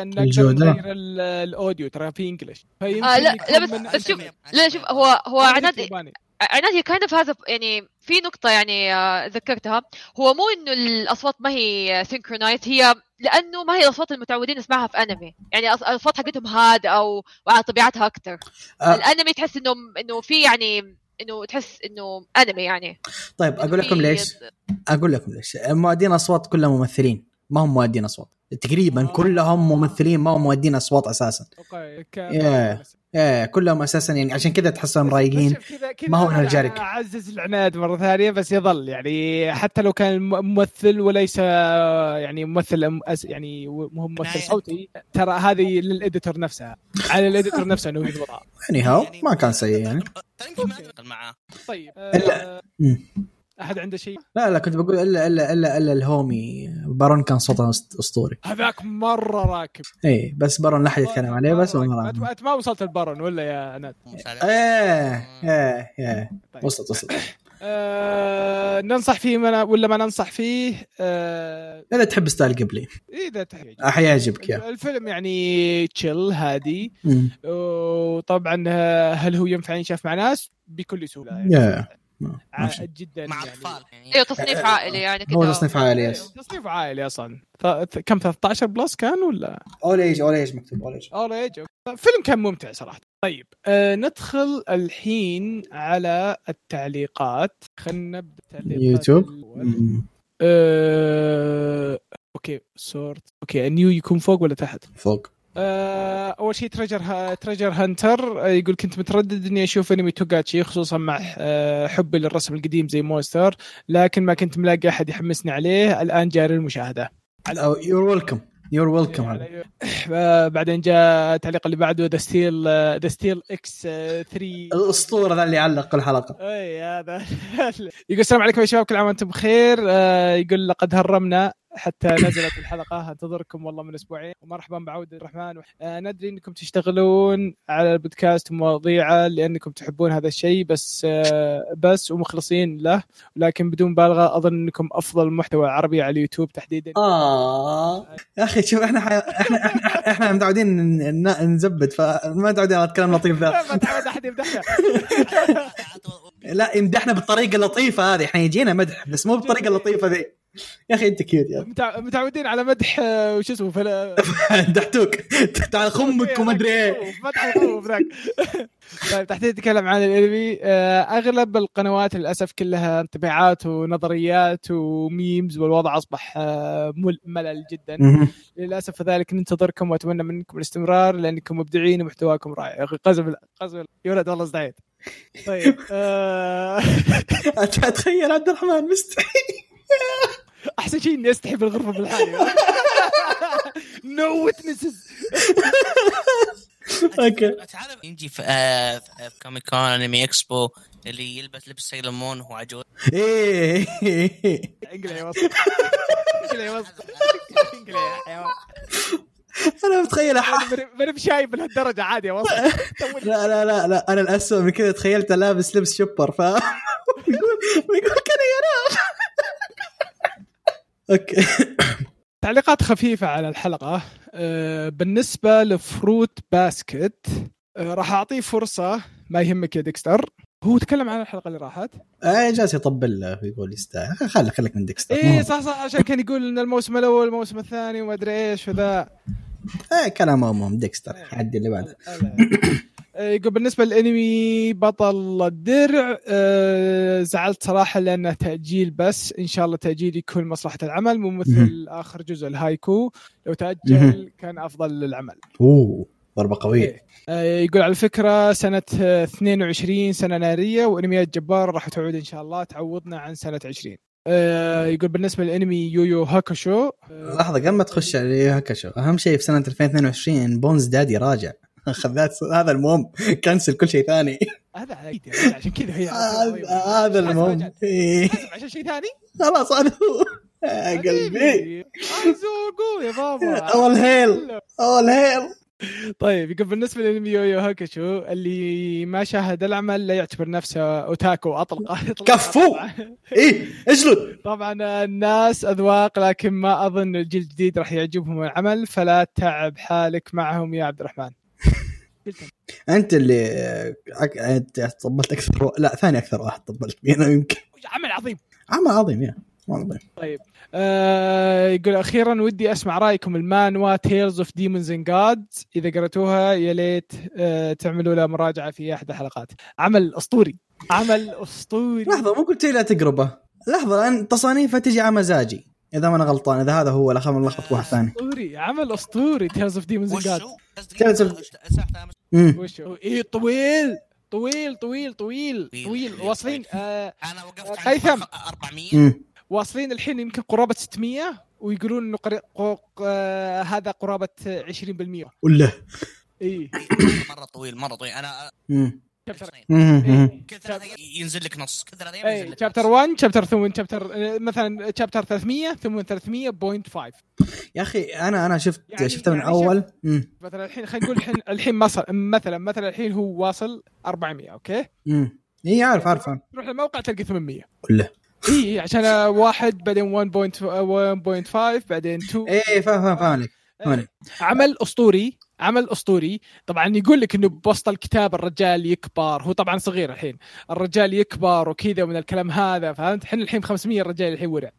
Speaker 1: نقدر
Speaker 2: الجودة.
Speaker 1: نغير ال- الاوديو ترى في انجلش فيمكن
Speaker 3: آه، لا-
Speaker 1: يكون
Speaker 3: لا، بس-
Speaker 1: من-
Speaker 3: بس شوف- لا شوف هو هو
Speaker 1: هذا
Speaker 3: عناد
Speaker 1: الياباني.
Speaker 3: عناد هي كايند اوف هذا يعني في نقطة يعني آه، ذكرتها هو مو انه الاصوات ما هي سينكرونايز هي لانه ما هي الاصوات المتعودين نسمعها في انمي يعني الأص- الاصوات حقتهم هادئة و- وعلى طبيعتها اكثر
Speaker 2: آه.
Speaker 3: الانمي تحس انه انه في يعني انه تحس انه انمي يعني
Speaker 2: طيب اقول لكم
Speaker 3: في-
Speaker 1: إيه.
Speaker 2: ليش اقول لكم ليش مؤدين اصوات كلهم ممثلين ما هم مؤدين اصوات تقريبا
Speaker 1: آه.
Speaker 2: كلهم ممثلين ما هم مؤدين اصوات اساسا
Speaker 1: اوكي ك-
Speaker 2: يا. ايه كلهم اساسا يعني عشان كذا تحسهم
Speaker 1: بس-
Speaker 2: رايقين
Speaker 1: بس شوف كذا- كذا
Speaker 2: ما هو
Speaker 1: أنا
Speaker 2: نرجعلك.
Speaker 1: اعزز العناد مره ثانيه بس يظل يعني حتى لو كان م- ممثل وليس يعني ممثل أم- أس- يعني و- مو ممثل
Speaker 4: نايم.
Speaker 1: صوتي ترى هذه للاديتور نفسها على الاديتور نفسه انه يضبطها
Speaker 2: اني هاو ما كان سيء يعني
Speaker 4: ترى يمكن ما اتفق معاه
Speaker 1: طيب
Speaker 2: إلا-
Speaker 1: آه
Speaker 2: مم.
Speaker 1: احد عنده شيء
Speaker 2: لا لا كنت بقول الا الا الا الا الهومي بارون كان صوته أست- اسطوري
Speaker 1: هذاك مره راكب
Speaker 2: اي بس بارون لا احد يتكلم عليه بس هو
Speaker 1: مرة
Speaker 2: مرة
Speaker 1: راكب.
Speaker 2: عنه.
Speaker 1: انت ما وصلت البرن ولا يا عناد
Speaker 2: ايه ايه ايه
Speaker 1: طيب.
Speaker 2: وصلت وصلت
Speaker 1: آه ننصح فيه ما ولا ما ننصح فيه آه
Speaker 2: اذا تحب ستايل قبلي
Speaker 1: اذا تحتاج
Speaker 2: حيعجبك يا
Speaker 1: الفيلم يعني تشيل هادي
Speaker 2: مم.
Speaker 1: وطبعا آه، هل هو ينفع ينشاف مع ناس بكل سهوله يعني
Speaker 2: يا ما- ما
Speaker 1: ع-
Speaker 2: في شيء.
Speaker 1: جدا
Speaker 4: مع
Speaker 2: إيه.
Speaker 1: يعني.
Speaker 4: اطفال يعني <laughs>
Speaker 3: ايوه تصنيف عائلي يعني كذا
Speaker 2: هو تصنيف عائلي
Speaker 1: إيه،
Speaker 2: يس
Speaker 1: تصنيف عائلي اصلا ث- ث- كم 13 بلس كان ولا
Speaker 2: اول ايج اول ايج مكتوب اول ايج
Speaker 1: اول ايج فيلم كان ممتع صراحه طيب آه ندخل الحين على التعليقات خلينا نبدا التعليقات
Speaker 2: يوتيوب.
Speaker 1: الأول. آه اوكي سورت اوكي النيو يكون فوق ولا تحت؟
Speaker 2: فوق
Speaker 1: آه، اول شيء تريجر ها تريجر هانتر آه، يقول كنت متردد اني اشوف انمي توغاتشي خصوصا مع آه، حبي للرسم القديم زي مونستر لكن ما كنت ملاقي احد يحمسني عليه الان جاري المشاهده
Speaker 2: يور ويلكم يور ويلكم
Speaker 1: يعني- آه، بعدين جاء التعليق اللي بعده آه، ذا ستيل ذا ستيل اكس 3
Speaker 2: الاسطوره ذا اللي علق الحلقه
Speaker 1: اي هذا <laughs> يقول السلام عليكم يا شباب كل عام وانتم بخير آه، يقول لقد هرمنا حتى نزلت الحلقه انتظركم والله من اسبوعين ومرحبا بعوده الرحمن آه، ندري انكم تشتغلون على البودكاست ومواضيعه لانكم تحبون هذا الشيء بس آه، بس ومخلصين له لكن بدون مبالغه اظن انكم افضل محتوى عربي على اليوتيوب تحديدا
Speaker 2: اه يا اخي شوف احنا حي... احنا احنا, احنا متعودين ن- ن- نزبد فما متعودين على الكلام اللطيف ذا
Speaker 1: ما تعود احد يمدحنا
Speaker 2: لا يمدحنا بالطريقه اللطيفه هذه احنا يجينا مدح بس مو بالطريقه اللطيفه ذي يا اخي انت كيوت يا
Speaker 1: متع- <laughs> متعودين على مدح آه، وش اسمه فلا
Speaker 2: أخي. <laughs> دحتوك تعال خمك وما ادري ايه
Speaker 1: مدح الخروف ذاك طيب تحديدا نتكلم عن الانمي آه، اغلب القنوات للاسف كلها انطباعات ونظريات وميمز والوضع اصبح آه، مل- ملل جدا
Speaker 2: مهم.
Speaker 1: للاسف ذلك ننتظركم واتمنى منكم الاستمرار لانكم مبدعين ومحتواكم رائع يا اخي قزم قزم يا ولد والله ازدعيت طيب آه، <laughs>
Speaker 2: أت- اتخيل عبد الرحمن مستحيل
Speaker 1: احسن شيء اني استحي بالغرفه بالحالي <laughs> نو ويتنسز
Speaker 2: أوكي.
Speaker 4: تعرف يجي في, آه، في آه، في كوميك كون انمي اكسبو اللي يلبس لبس سيلر مون وهو عجوز
Speaker 2: ايه
Speaker 1: انقلع يا وسط انقلع يا وسط انقلع يا حيوان
Speaker 2: انا متخيل أح-
Speaker 1: أنا ماني- ماني بشايب لهالدرجه عادي يا وسط تو-
Speaker 2: لا لا لا لا انا الاسوء من كذا تخيلته لابس لبس شبر ف <laughs> ويقول ويقول كذا يا <laughs> ناس اوكي
Speaker 1: تعليقات خفيفه على الحلقه آه، بالنسبه لفروت باسكت آه، راح اعطيه فرصه ما يهمك يا ديكستر هو تكلم عن الحلقه اللي راحت
Speaker 2: اي آه، جالس يطبل له ويقول يستاهل خليك خليك من ديكستر
Speaker 1: اي إيه، صح صح عشان كان يقول ان الموسم الاول الموسم الثاني وما ادري ايش وذا
Speaker 2: اي آه، كلام مهم ديكستر عدي اللي
Speaker 1: إيه.
Speaker 2: بعده
Speaker 1: آه، يقول بالنسبه للانمي بطل الدرع آه، زعلت صراحه لانه تاجيل بس ان شاء الله تاجيل يكون مصلحه العمل مو مثل اخر جزء الهايكو لو تاجل
Speaker 2: مهم.
Speaker 1: كان افضل للعمل
Speaker 2: اوه ضربه قويه
Speaker 1: آه، يقول على فكره سنه آه، 22 سنه ناريه وانميات جبار راح تعود ان شاء الله تعوضنا عن سنه 20 آه، يقول بالنسبه للانمي يويو هاكوشو آه،
Speaker 2: لحظه قبل ما تخش على إيه، هكشو اهم شيء في سنه 2022 بونز دادي راجع <laughs> خذات هذا المهم كنسل كل شيء ثاني
Speaker 1: هذا على ايدي أنا عشان كذا هي
Speaker 2: هذا- آه،
Speaker 1: <laughs>
Speaker 2: هذا المهم إيه.
Speaker 1: عشان شيء ثاني
Speaker 2: خلاص هذا هو يا قلبي
Speaker 1: حبيبي، ارزوقه يا
Speaker 2: <laughs>
Speaker 1: بابا
Speaker 2: اول هيل اول هيل
Speaker 1: طيب يقول بالنسبه للانمي يويو هاكشو اللي ما شاهد العمل لا يعتبر نفسه اوتاكو <laughs> اطلقه
Speaker 2: كفو! ايه اجلد
Speaker 1: طبعا الناس اذواق لكن ما اظن الجيل الجديد راح يعجبهم العمل فلا تعب حالك معهم يا عبد <laughs> الرحمن قلت
Speaker 2: انت اللي أك- انت طبلت اكثر و... لا ثاني اكثر واحد طبلت <laughs> فيه انا يمكن
Speaker 1: عمل عظيم
Speaker 2: عمل عظيم يا عمل عظيم
Speaker 1: آه يقول اخيرا ودي اسمع رايكم المانوا تيلز اوف ديمونز ان جاد اذا قرأتوها يا ليت آه تعملوا لها مراجعه في احد الحلقات عمل اسطوري عمل اسطوري
Speaker 2: لحظه مو قلت لي لا تقربه لحظه لان تصانيفه تجي على مزاجي اذا ما انا غلطان اذا هذا هو لا خلنا نلخبط واحد ثاني
Speaker 1: اسطوري عمل اسطوري تيلز اوف ديمونز ان جاد
Speaker 4: وشو؟
Speaker 2: تعرف- امم
Speaker 1: وش هو؟ اي إيه، طويل طويل طويل طويل طويل واصلين آه
Speaker 4: انا وقفت عند
Speaker 1: هيثم.
Speaker 4: 400
Speaker 2: امم
Speaker 1: واصلين الحين يمكن قرابه 600 ويقولون انه قري... قو... آه هذا قرابه 20%
Speaker 2: ولا
Speaker 1: اي
Speaker 4: مره طويل مره طويل انا
Speaker 2: امم
Speaker 1: شابتر
Speaker 2: امم
Speaker 1: إي.
Speaker 4: كل ثلاث أيام ينزل لك نص كل ثلاث ايام ينزل
Speaker 1: اي
Speaker 4: لك
Speaker 1: شابتر
Speaker 4: نص.
Speaker 1: 1 شابتر ثم شابتر آه، مثلا شابتر 300 ثم 300.5
Speaker 2: يا اخي انا انا شفت
Speaker 1: يعني-
Speaker 2: شفته من
Speaker 1: يعني
Speaker 2: اول امم
Speaker 1: مثلا الحين خلينا نقول الحين الحين مصر مثلا مثلا الحين هو واصل 400 اوكي
Speaker 2: امم اي عارف عارف عارف.
Speaker 1: تروح للموقع تلقى 800
Speaker 2: ولا
Speaker 1: اي عشان آه، واحد بعدين آه، 1.1 1.5 بعدين 2
Speaker 2: اي فاهم فاهم فاهم عليك فاهم عليك
Speaker 1: عمل اسطوري عمل اسطوري طبعا يقول لك انه بوسط الكتاب الرجال يكبر هو طبعا صغير الحين الرجال يكبر وكذا ومن الكلام هذا فهمت احنا الحين 500 رجال الحين ورع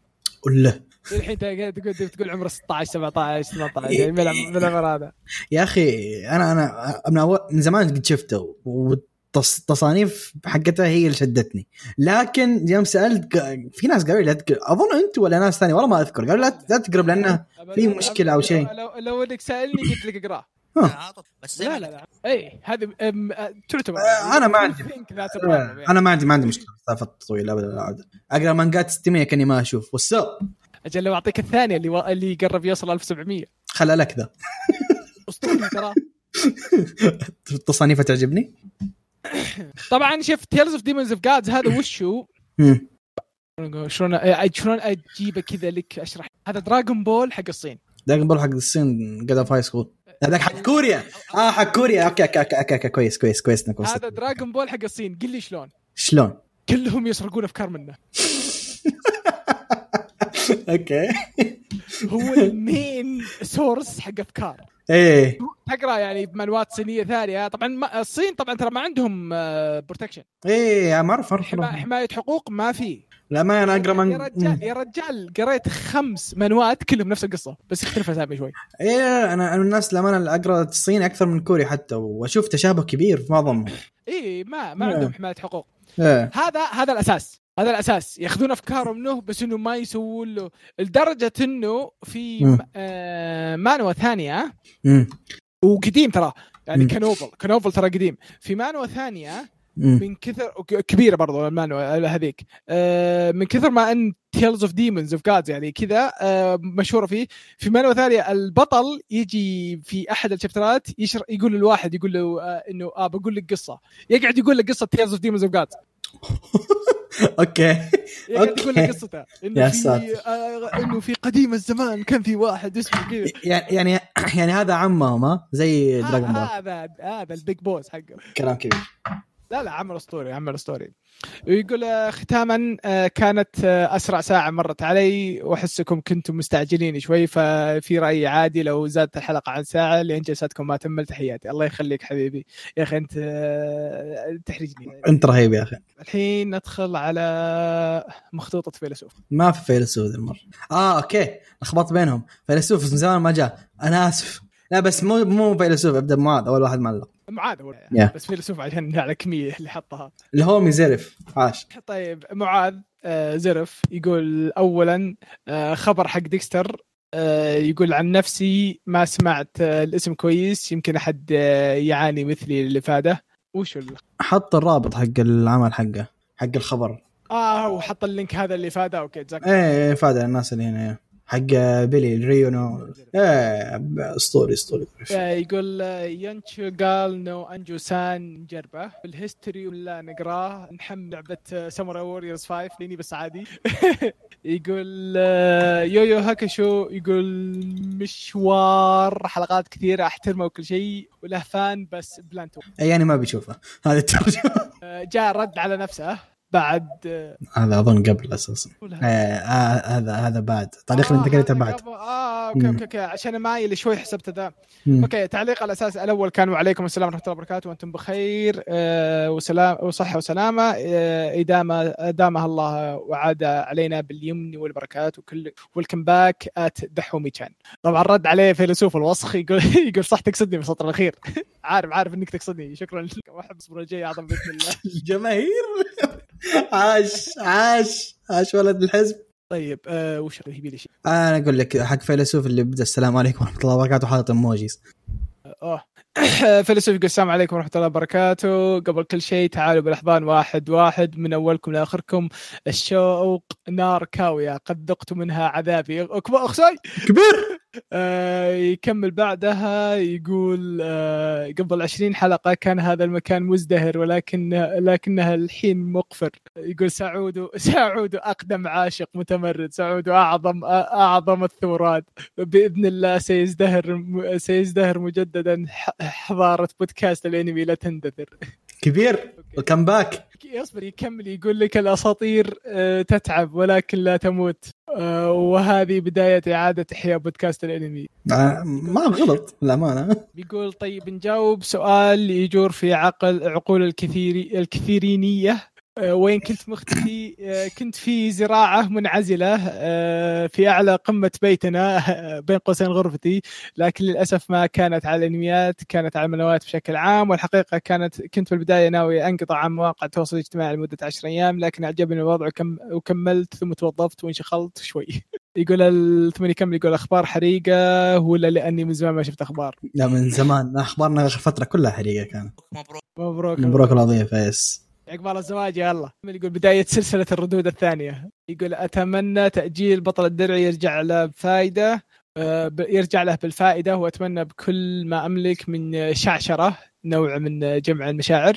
Speaker 2: ولا
Speaker 1: الحين تقعد تقول تقول عمره 16 17 18 يعني من
Speaker 2: إيه.
Speaker 1: العم- من العمر هذا
Speaker 2: يا اخي انا انا من اول من زمان قد شفته والتصانيف حقتها هي اللي شدتني لكن يوم سالت ق- في ناس قالوا لي لا تقرب اظن انت ولا ناس ثانيه والله ما اذكر قالوا لا لا تقرب لانه في مشكلة أو شيء.
Speaker 1: لو لو انك سالني قلت لك اقراه
Speaker 4: تعاطف. بس
Speaker 1: لا لا لا اي هذه أم، أ- تعتبر
Speaker 2: آه، أنا ما
Speaker 1: <laughs>
Speaker 2: عندي. أه،
Speaker 1: Think that a problem، يعني.
Speaker 2: انا ما عندي ما عندي مشكله سالفه طويله ابدا عاد. اقرا مانجات 600 كاني ما اشوف والسب
Speaker 1: اجل لو اعطيك الثانيه اللي و... اللي قرب يوصل 1700
Speaker 2: خلى لك ذا
Speaker 1: اسطوري ترى
Speaker 2: التصانيف تعجبني
Speaker 1: طبعا شوف تيلز اوف ديمونز اوف جادز هذا وش هو؟
Speaker 2: مم.
Speaker 1: شلون أ- شلون اجيبه كذا لك اشرح هذا دراغون بول حق الصين
Speaker 2: دراجون بول حق الصين قد في هاي سكول هذاك حق كوريا اه حق كوريا اوكي اوكي اوكي, أوكي, أوكي. كويس كويس كويس انك وصلت.
Speaker 1: آه، هذا دراغون بول حق الصين قل لي شلون
Speaker 2: شلون؟
Speaker 1: <laughs> كلهم يسرقون افكار منه
Speaker 2: اوكي
Speaker 1: هو المين سورس حق افكار
Speaker 2: ايه
Speaker 1: تقرا يعني بمنوات صينيه ثانيه طبعا ما آه، الصين طبعا ترى ما عندهم بروتكشن
Speaker 2: ايه ما اعرف
Speaker 1: حما... حمايه حقوق ما في
Speaker 2: لما انا اقرا
Speaker 1: يا
Speaker 2: مانجا
Speaker 1: رجال يا رجال قريت خمس منوات كلهم نفس القصه بس يختلف اسامي شوي
Speaker 2: ايه انا انا من الناس لما انا اقرا الصين اكثر من كوري حتى واشوف تشابه كبير في
Speaker 1: <laughs>
Speaker 2: معظمهم
Speaker 1: اي إيه، ما ما
Speaker 2: نعم.
Speaker 1: عندهم حمايه حقوق
Speaker 2: ايه
Speaker 1: هذا هذا الاساس هذا الاساس ياخذون افكاره منه بس انه ما يسوون له لدرجه انه في
Speaker 2: مم.
Speaker 1: م- آه مانوا ثانيه
Speaker 2: أمم،
Speaker 1: وقديم ترى يعني
Speaker 2: مم.
Speaker 1: كنوفل كنوفل ترى قديم في مانوا ثانيه
Speaker 2: أمم. <laughs>
Speaker 1: من كثر وك- كبيره برضو المانوا هذيك آه من كثر ما ان تيلز اوف ديمونز اوف جادز يعني كذا آه مشهوره فيه في مانوا ثانيه البطل يجي في احد الشابترات يشر يقول للواحد يقول له آه انه اه بقول لك قصه يقعد يقول لك قصه تيلز اوف ديمونز اوف جادز
Speaker 2: اوكي
Speaker 1: يقعد يقول إيه، لك
Speaker 2: أوكي.
Speaker 1: قصته
Speaker 2: يا
Speaker 1: انه في
Speaker 2: ساتر.
Speaker 1: آه انه في قديم الزمان كان في واحد اسمه
Speaker 2: <laughs>
Speaker 1: كذا
Speaker 2: <laughs> يعني يعني يعني هذا عمهم ها زي
Speaker 1: آه،
Speaker 2: دراجون بول
Speaker 1: هذا هذا البيج بوس حقه
Speaker 2: كلام كبير
Speaker 1: لا لا عمل اسطوري عمل اسطوري ويقول آه، ختاما آه، كانت آه، اسرع ساعه مرت علي واحسكم كنتم مستعجلين شوي ففي رايي عادي لو زادت الحلقه عن ساعه لان جلساتكم ما تمل تحياتي الله يخليك حبيبي يا اخي انت آه، تحرجني
Speaker 2: انت رهيب يا اخي
Speaker 1: الحين ندخل على مخطوطه فيلسوف
Speaker 2: ما في فيلسوف ذي المره اه اوكي لخبطت بينهم فيلسوف من زمان ما جاء انا اسف لا بس مو مو فيلسوف ابدا معاذ اول واحد معلق
Speaker 1: معاذ أول.
Speaker 2: Yeah.
Speaker 1: بس فيلسوف عشان على كميه اللي حطها
Speaker 2: الهومي زرف عاش
Speaker 1: طيب معاذ آه، زرف يقول اولا آه، خبر حق ديكستر آه، يقول عن نفسي ما سمعت آه، الاسم كويس يمكن احد آه، يعاني مثلي الافاده وش ال...
Speaker 2: حط الرابط حق العمل حقه حق الخبر
Speaker 1: اه وحط اللينك هذا اللي فاده اوكي جزاك الله
Speaker 2: ايه فادى الناس اللي هنا إيه. حق بيلي الريونو ايه اسطوري اسطوري
Speaker 1: آه، يقول آه، ينشو قال نو انجو سان نجربه بالهيستوري ولا نقراه نحمل لعبه ساموراي ووريرز 5 ليني بس عادي <laughs> يقول آه، يويو هاكشو يقول مشوار حلقات كثيره احترمه وكل شيء وله فان بس بلانتو
Speaker 2: إيه، يعني ما بيشوفه هذا الترجمه
Speaker 1: آه، جاء رد على نفسه بعد آه،
Speaker 2: <laughs> هذا اظن قبل اساسا
Speaker 1: ولا-
Speaker 2: إيه، آه، هذا هذا بعد تعليق اللي انت
Speaker 1: آه،
Speaker 2: قريته
Speaker 1: هذا
Speaker 2: بعد
Speaker 1: قبل- اه اوكي
Speaker 2: مم.
Speaker 1: اوكي اوكي عشان مايل شوي حسبته ذا
Speaker 2: مم. <laughs>
Speaker 1: اوكي تعليق الاساس الاول كان وعليكم السلام ورحمه الله وبركاته وانتم بخير آه، وسلام وصحه وسلامه آه، ادامه ادامها الله وعاد علينا باليمن والبركات وكل ويلكم باك ات دحومي كان طبعا رد عليه فيلسوف الوسخ يقول <laughs> يقول صح تقصدني في السطر الاخير <laughs> عارف عارف انك تقصدني شكرا لك واحب الاسبوع الجاي اعظم باذن الله
Speaker 2: الجماهير <laughs> عاش عاش عاش ولد الحزب
Speaker 1: طيب آه، وش يبي لي شيء
Speaker 2: انا اقول لك حق فيلسوف اللي بدا السلام عليكم ورحمه الله وبركاته حاطط ايموجيز
Speaker 1: اوه <clears throat> فيلسوف يقول السلام عليكم ورحمه الله وبركاته قبل كل شيء تعالوا بالاحضان واحد واحد من اولكم لاخركم الشوق نار كاويه قد ذقت منها عذابي اكبر اخسي
Speaker 2: كبير
Speaker 1: <laughs> آه يكمل بعدها يقول آه قبل 20 حلقه كان هذا المكان مزدهر ولكن لكنها الحين مقفر يقول سعود سعود اقدم عاشق متمرد سعود اعظم اعظم الثورات باذن الله سيزدهر سيزدهر مجددا ح- حضاره بودكاست الانمي لا تندثر <laughs>
Speaker 2: كبير
Speaker 1: أوكي.
Speaker 2: وكم باك
Speaker 1: يصبر يكمل يقول لك الاساطير آه، تتعب ولكن لا تموت آه، وهذه بدايه اعاده احياء بودكاست الانمي
Speaker 2: آه، ما غلط للامانه
Speaker 1: بيقول طيب نجاوب سؤال يجور في عقل عقول الكثير الكثيرينيه أه، وين كنت مختفي أه، كنت في زراعه منعزله أه، في اعلى قمه بيتنا أه، بين قوسين غرفتي لكن للاسف ما كانت على الانميات كانت على المنوات بشكل عام والحقيقه كانت كنت في البدايه ناوي انقطع عن مواقع التواصل الاجتماعي لمده 10 ايام لكن اعجبني الوضع وكم وكملت ثم توظفت وانشغلت شوي <laughs> يقول الثمانية كمل يقول اخبار حريقه ولا لاني من زمان ما شفت اخبار
Speaker 2: لا من زمان اخبارنا اخر فتره كلها حريقه كانت
Speaker 4: مبروك
Speaker 1: مبروك
Speaker 2: مبروك القضيه فيس
Speaker 1: عقبال الزواج يلا يقول بداية سلسلة الردود الثانية يقول أتمنى تأجيل بطل الدرع يرجع له بفائدة آه، ب- يرجع له بالفائدة وأتمنى بكل ما أملك من شعشرة نوع من جمع المشاعر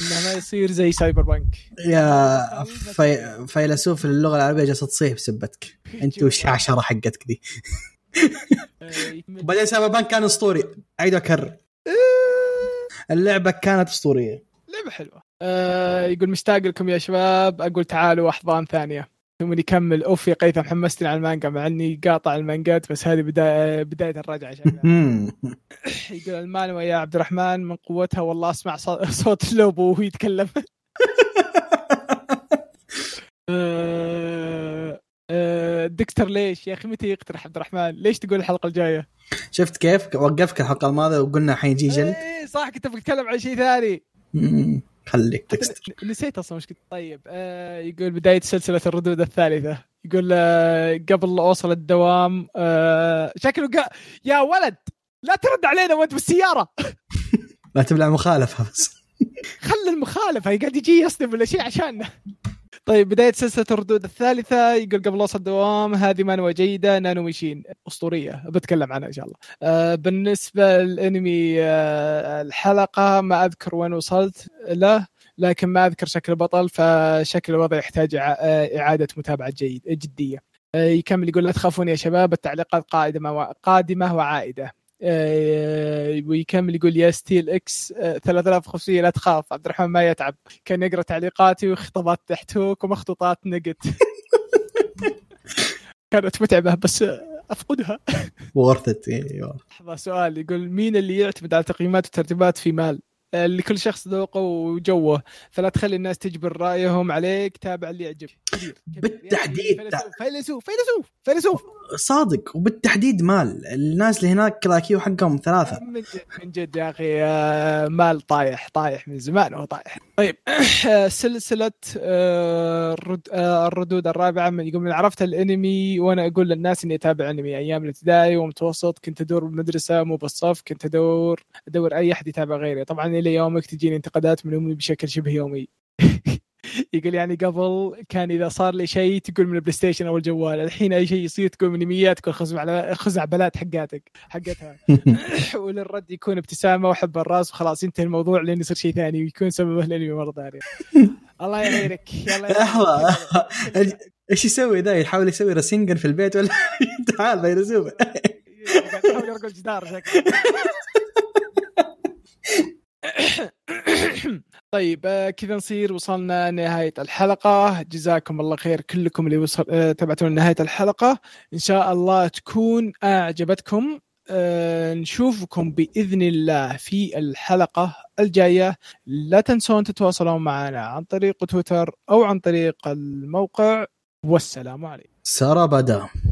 Speaker 1: إنه ما يصير زي سايبر بانك
Speaker 2: يا في... فيلسوف اللغه العربيه جالسه تصيح بسبتك انت والشعشره حقتك دي
Speaker 1: آه،
Speaker 2: وبعدين سايبر بانك كان اسطوري اعيد واكرر اللعبه كانت اسطوريه
Speaker 1: آه، لعبة حلوة آه، يقول مشتاق لكم يا شباب أقول تعالوا أحضان ثانية ثم يكمل أوف يا قيثم حمستني على المانجا مع إني قاطع المانجات بس هذه بداية بداية الرجعة شكلها
Speaker 2: مم.
Speaker 1: يقول المانوا يا عبد الرحمن من قوتها <laughs> والله اسمع صو- صوت اللوب وهو يتكلم آه، آه، دكتور ليش يا اخي متى يقترح عبد الرحمن؟ ليش تقول الحلقه الجايه؟
Speaker 2: شفت كيف وقفك الحلقه الماضيه وقلنا حيجي
Speaker 1: <laughs>
Speaker 2: جلد
Speaker 1: ايه صح كنت بتكلم عن شيء ثاني
Speaker 2: مم، خليك تكستر
Speaker 1: نسيت اصلا وش كنت طيب آه يقول بدايه سلسله الردود الثالثه يقول آه قبل لا اوصل الدوام آه شكله قا... يا ولد لا ترد علينا وانت بالسياره
Speaker 2: لا تبلع مخالفه بس
Speaker 1: خلي المخالفه قاعد يجي يصدم ولا شيء عشاننا طيب بدايه سلسله الردود الثالثه يقول قبل اوصل الدوام هذه منوى جيده نانو ميشين اسطوريه بتكلم عنها ان شاء الله آه بالنسبه للانمي آه الحلقه ما اذكر وين وصلت له لكن ما اذكر شكل البطل فشكل الوضع يحتاج إع- آه، اعاده متابعه جيد جديه آه، يكمل يقول لا تخافون يا شباب التعليقات قادمه و- قادمه وعائده آه، ويكمل يقول يا ستيل اكس آه، 3500 لا تخاف عبد الرحمن ما يتعب كان يقرا تعليقاتي وخطابات تحتوك ومخطوطات نقت كانت متعبه بس آه، افقدها
Speaker 2: worth it ايوه
Speaker 1: لحظه سؤال يقول مين اللي يعتمد على تقييمات وترتيبات في مال آه، لكل شخص ذوقه وجوه فلا تخلي الناس تجبر رايهم عليك تابع اللي يعجبك كبير، كبير.
Speaker 2: بالتحديد.
Speaker 1: فيلسوف فيلسوف فيلسوف فيلسوف
Speaker 2: صادق وبالتحديد مال الناس اللي هناك كراكيو حقهم <laughs> ثلاثه
Speaker 1: من جد من جد يا اخي آه، مال طايح طايح من زمان هو طايح طيب <clears throat> سلسله آه، الرد- آه، الردود الرابعه من يقول من عرفت الانمي وانا اقول للناس اني اتابع انمي ايام الابتدائي ومتوسط كنت ادور بالمدرسه مو بالصف كنت ادور ادور اي احد يتابع غيري طبعا الى يومك تجيني انتقادات من امي بشكل شبه يومي <laughs> يقول يعني قبل كان اذا صار لي شيء تقول من البلاي ستيشن او الجوال الحين اي شيء يصير تقول من ميات تقول خزعبلات خزعبلات حقاتك حقتها وللرد يكون ابتسامه وحب الراس وخلاص ينتهي الموضوع لين يصير شيء ثاني ويكون سببه الانمي مره ثانيه الله يعينك يلا يا
Speaker 2: لحظة.
Speaker 1: أخي.
Speaker 2: ايش يسوي ذا يحاول يسوي رسينجن في البيت ولا <laughs> تعال بيرزوبه
Speaker 1: قاعد يحاول يرقد جدار شكله <laughs> طيب آه، كذا نصير وصلنا نهاية الحلقة جزاكم الله خير كلكم اللي وصل آه، تابعتونا لنهاية الحلقة إن شاء الله تكون أعجبتكم آه، نشوفكم بإذن الله في الحلقة الجاية لا تنسون تتواصلون معنا عن طريق تويتر أو عن طريق الموقع والسلام عليكم
Speaker 2: سارة بدا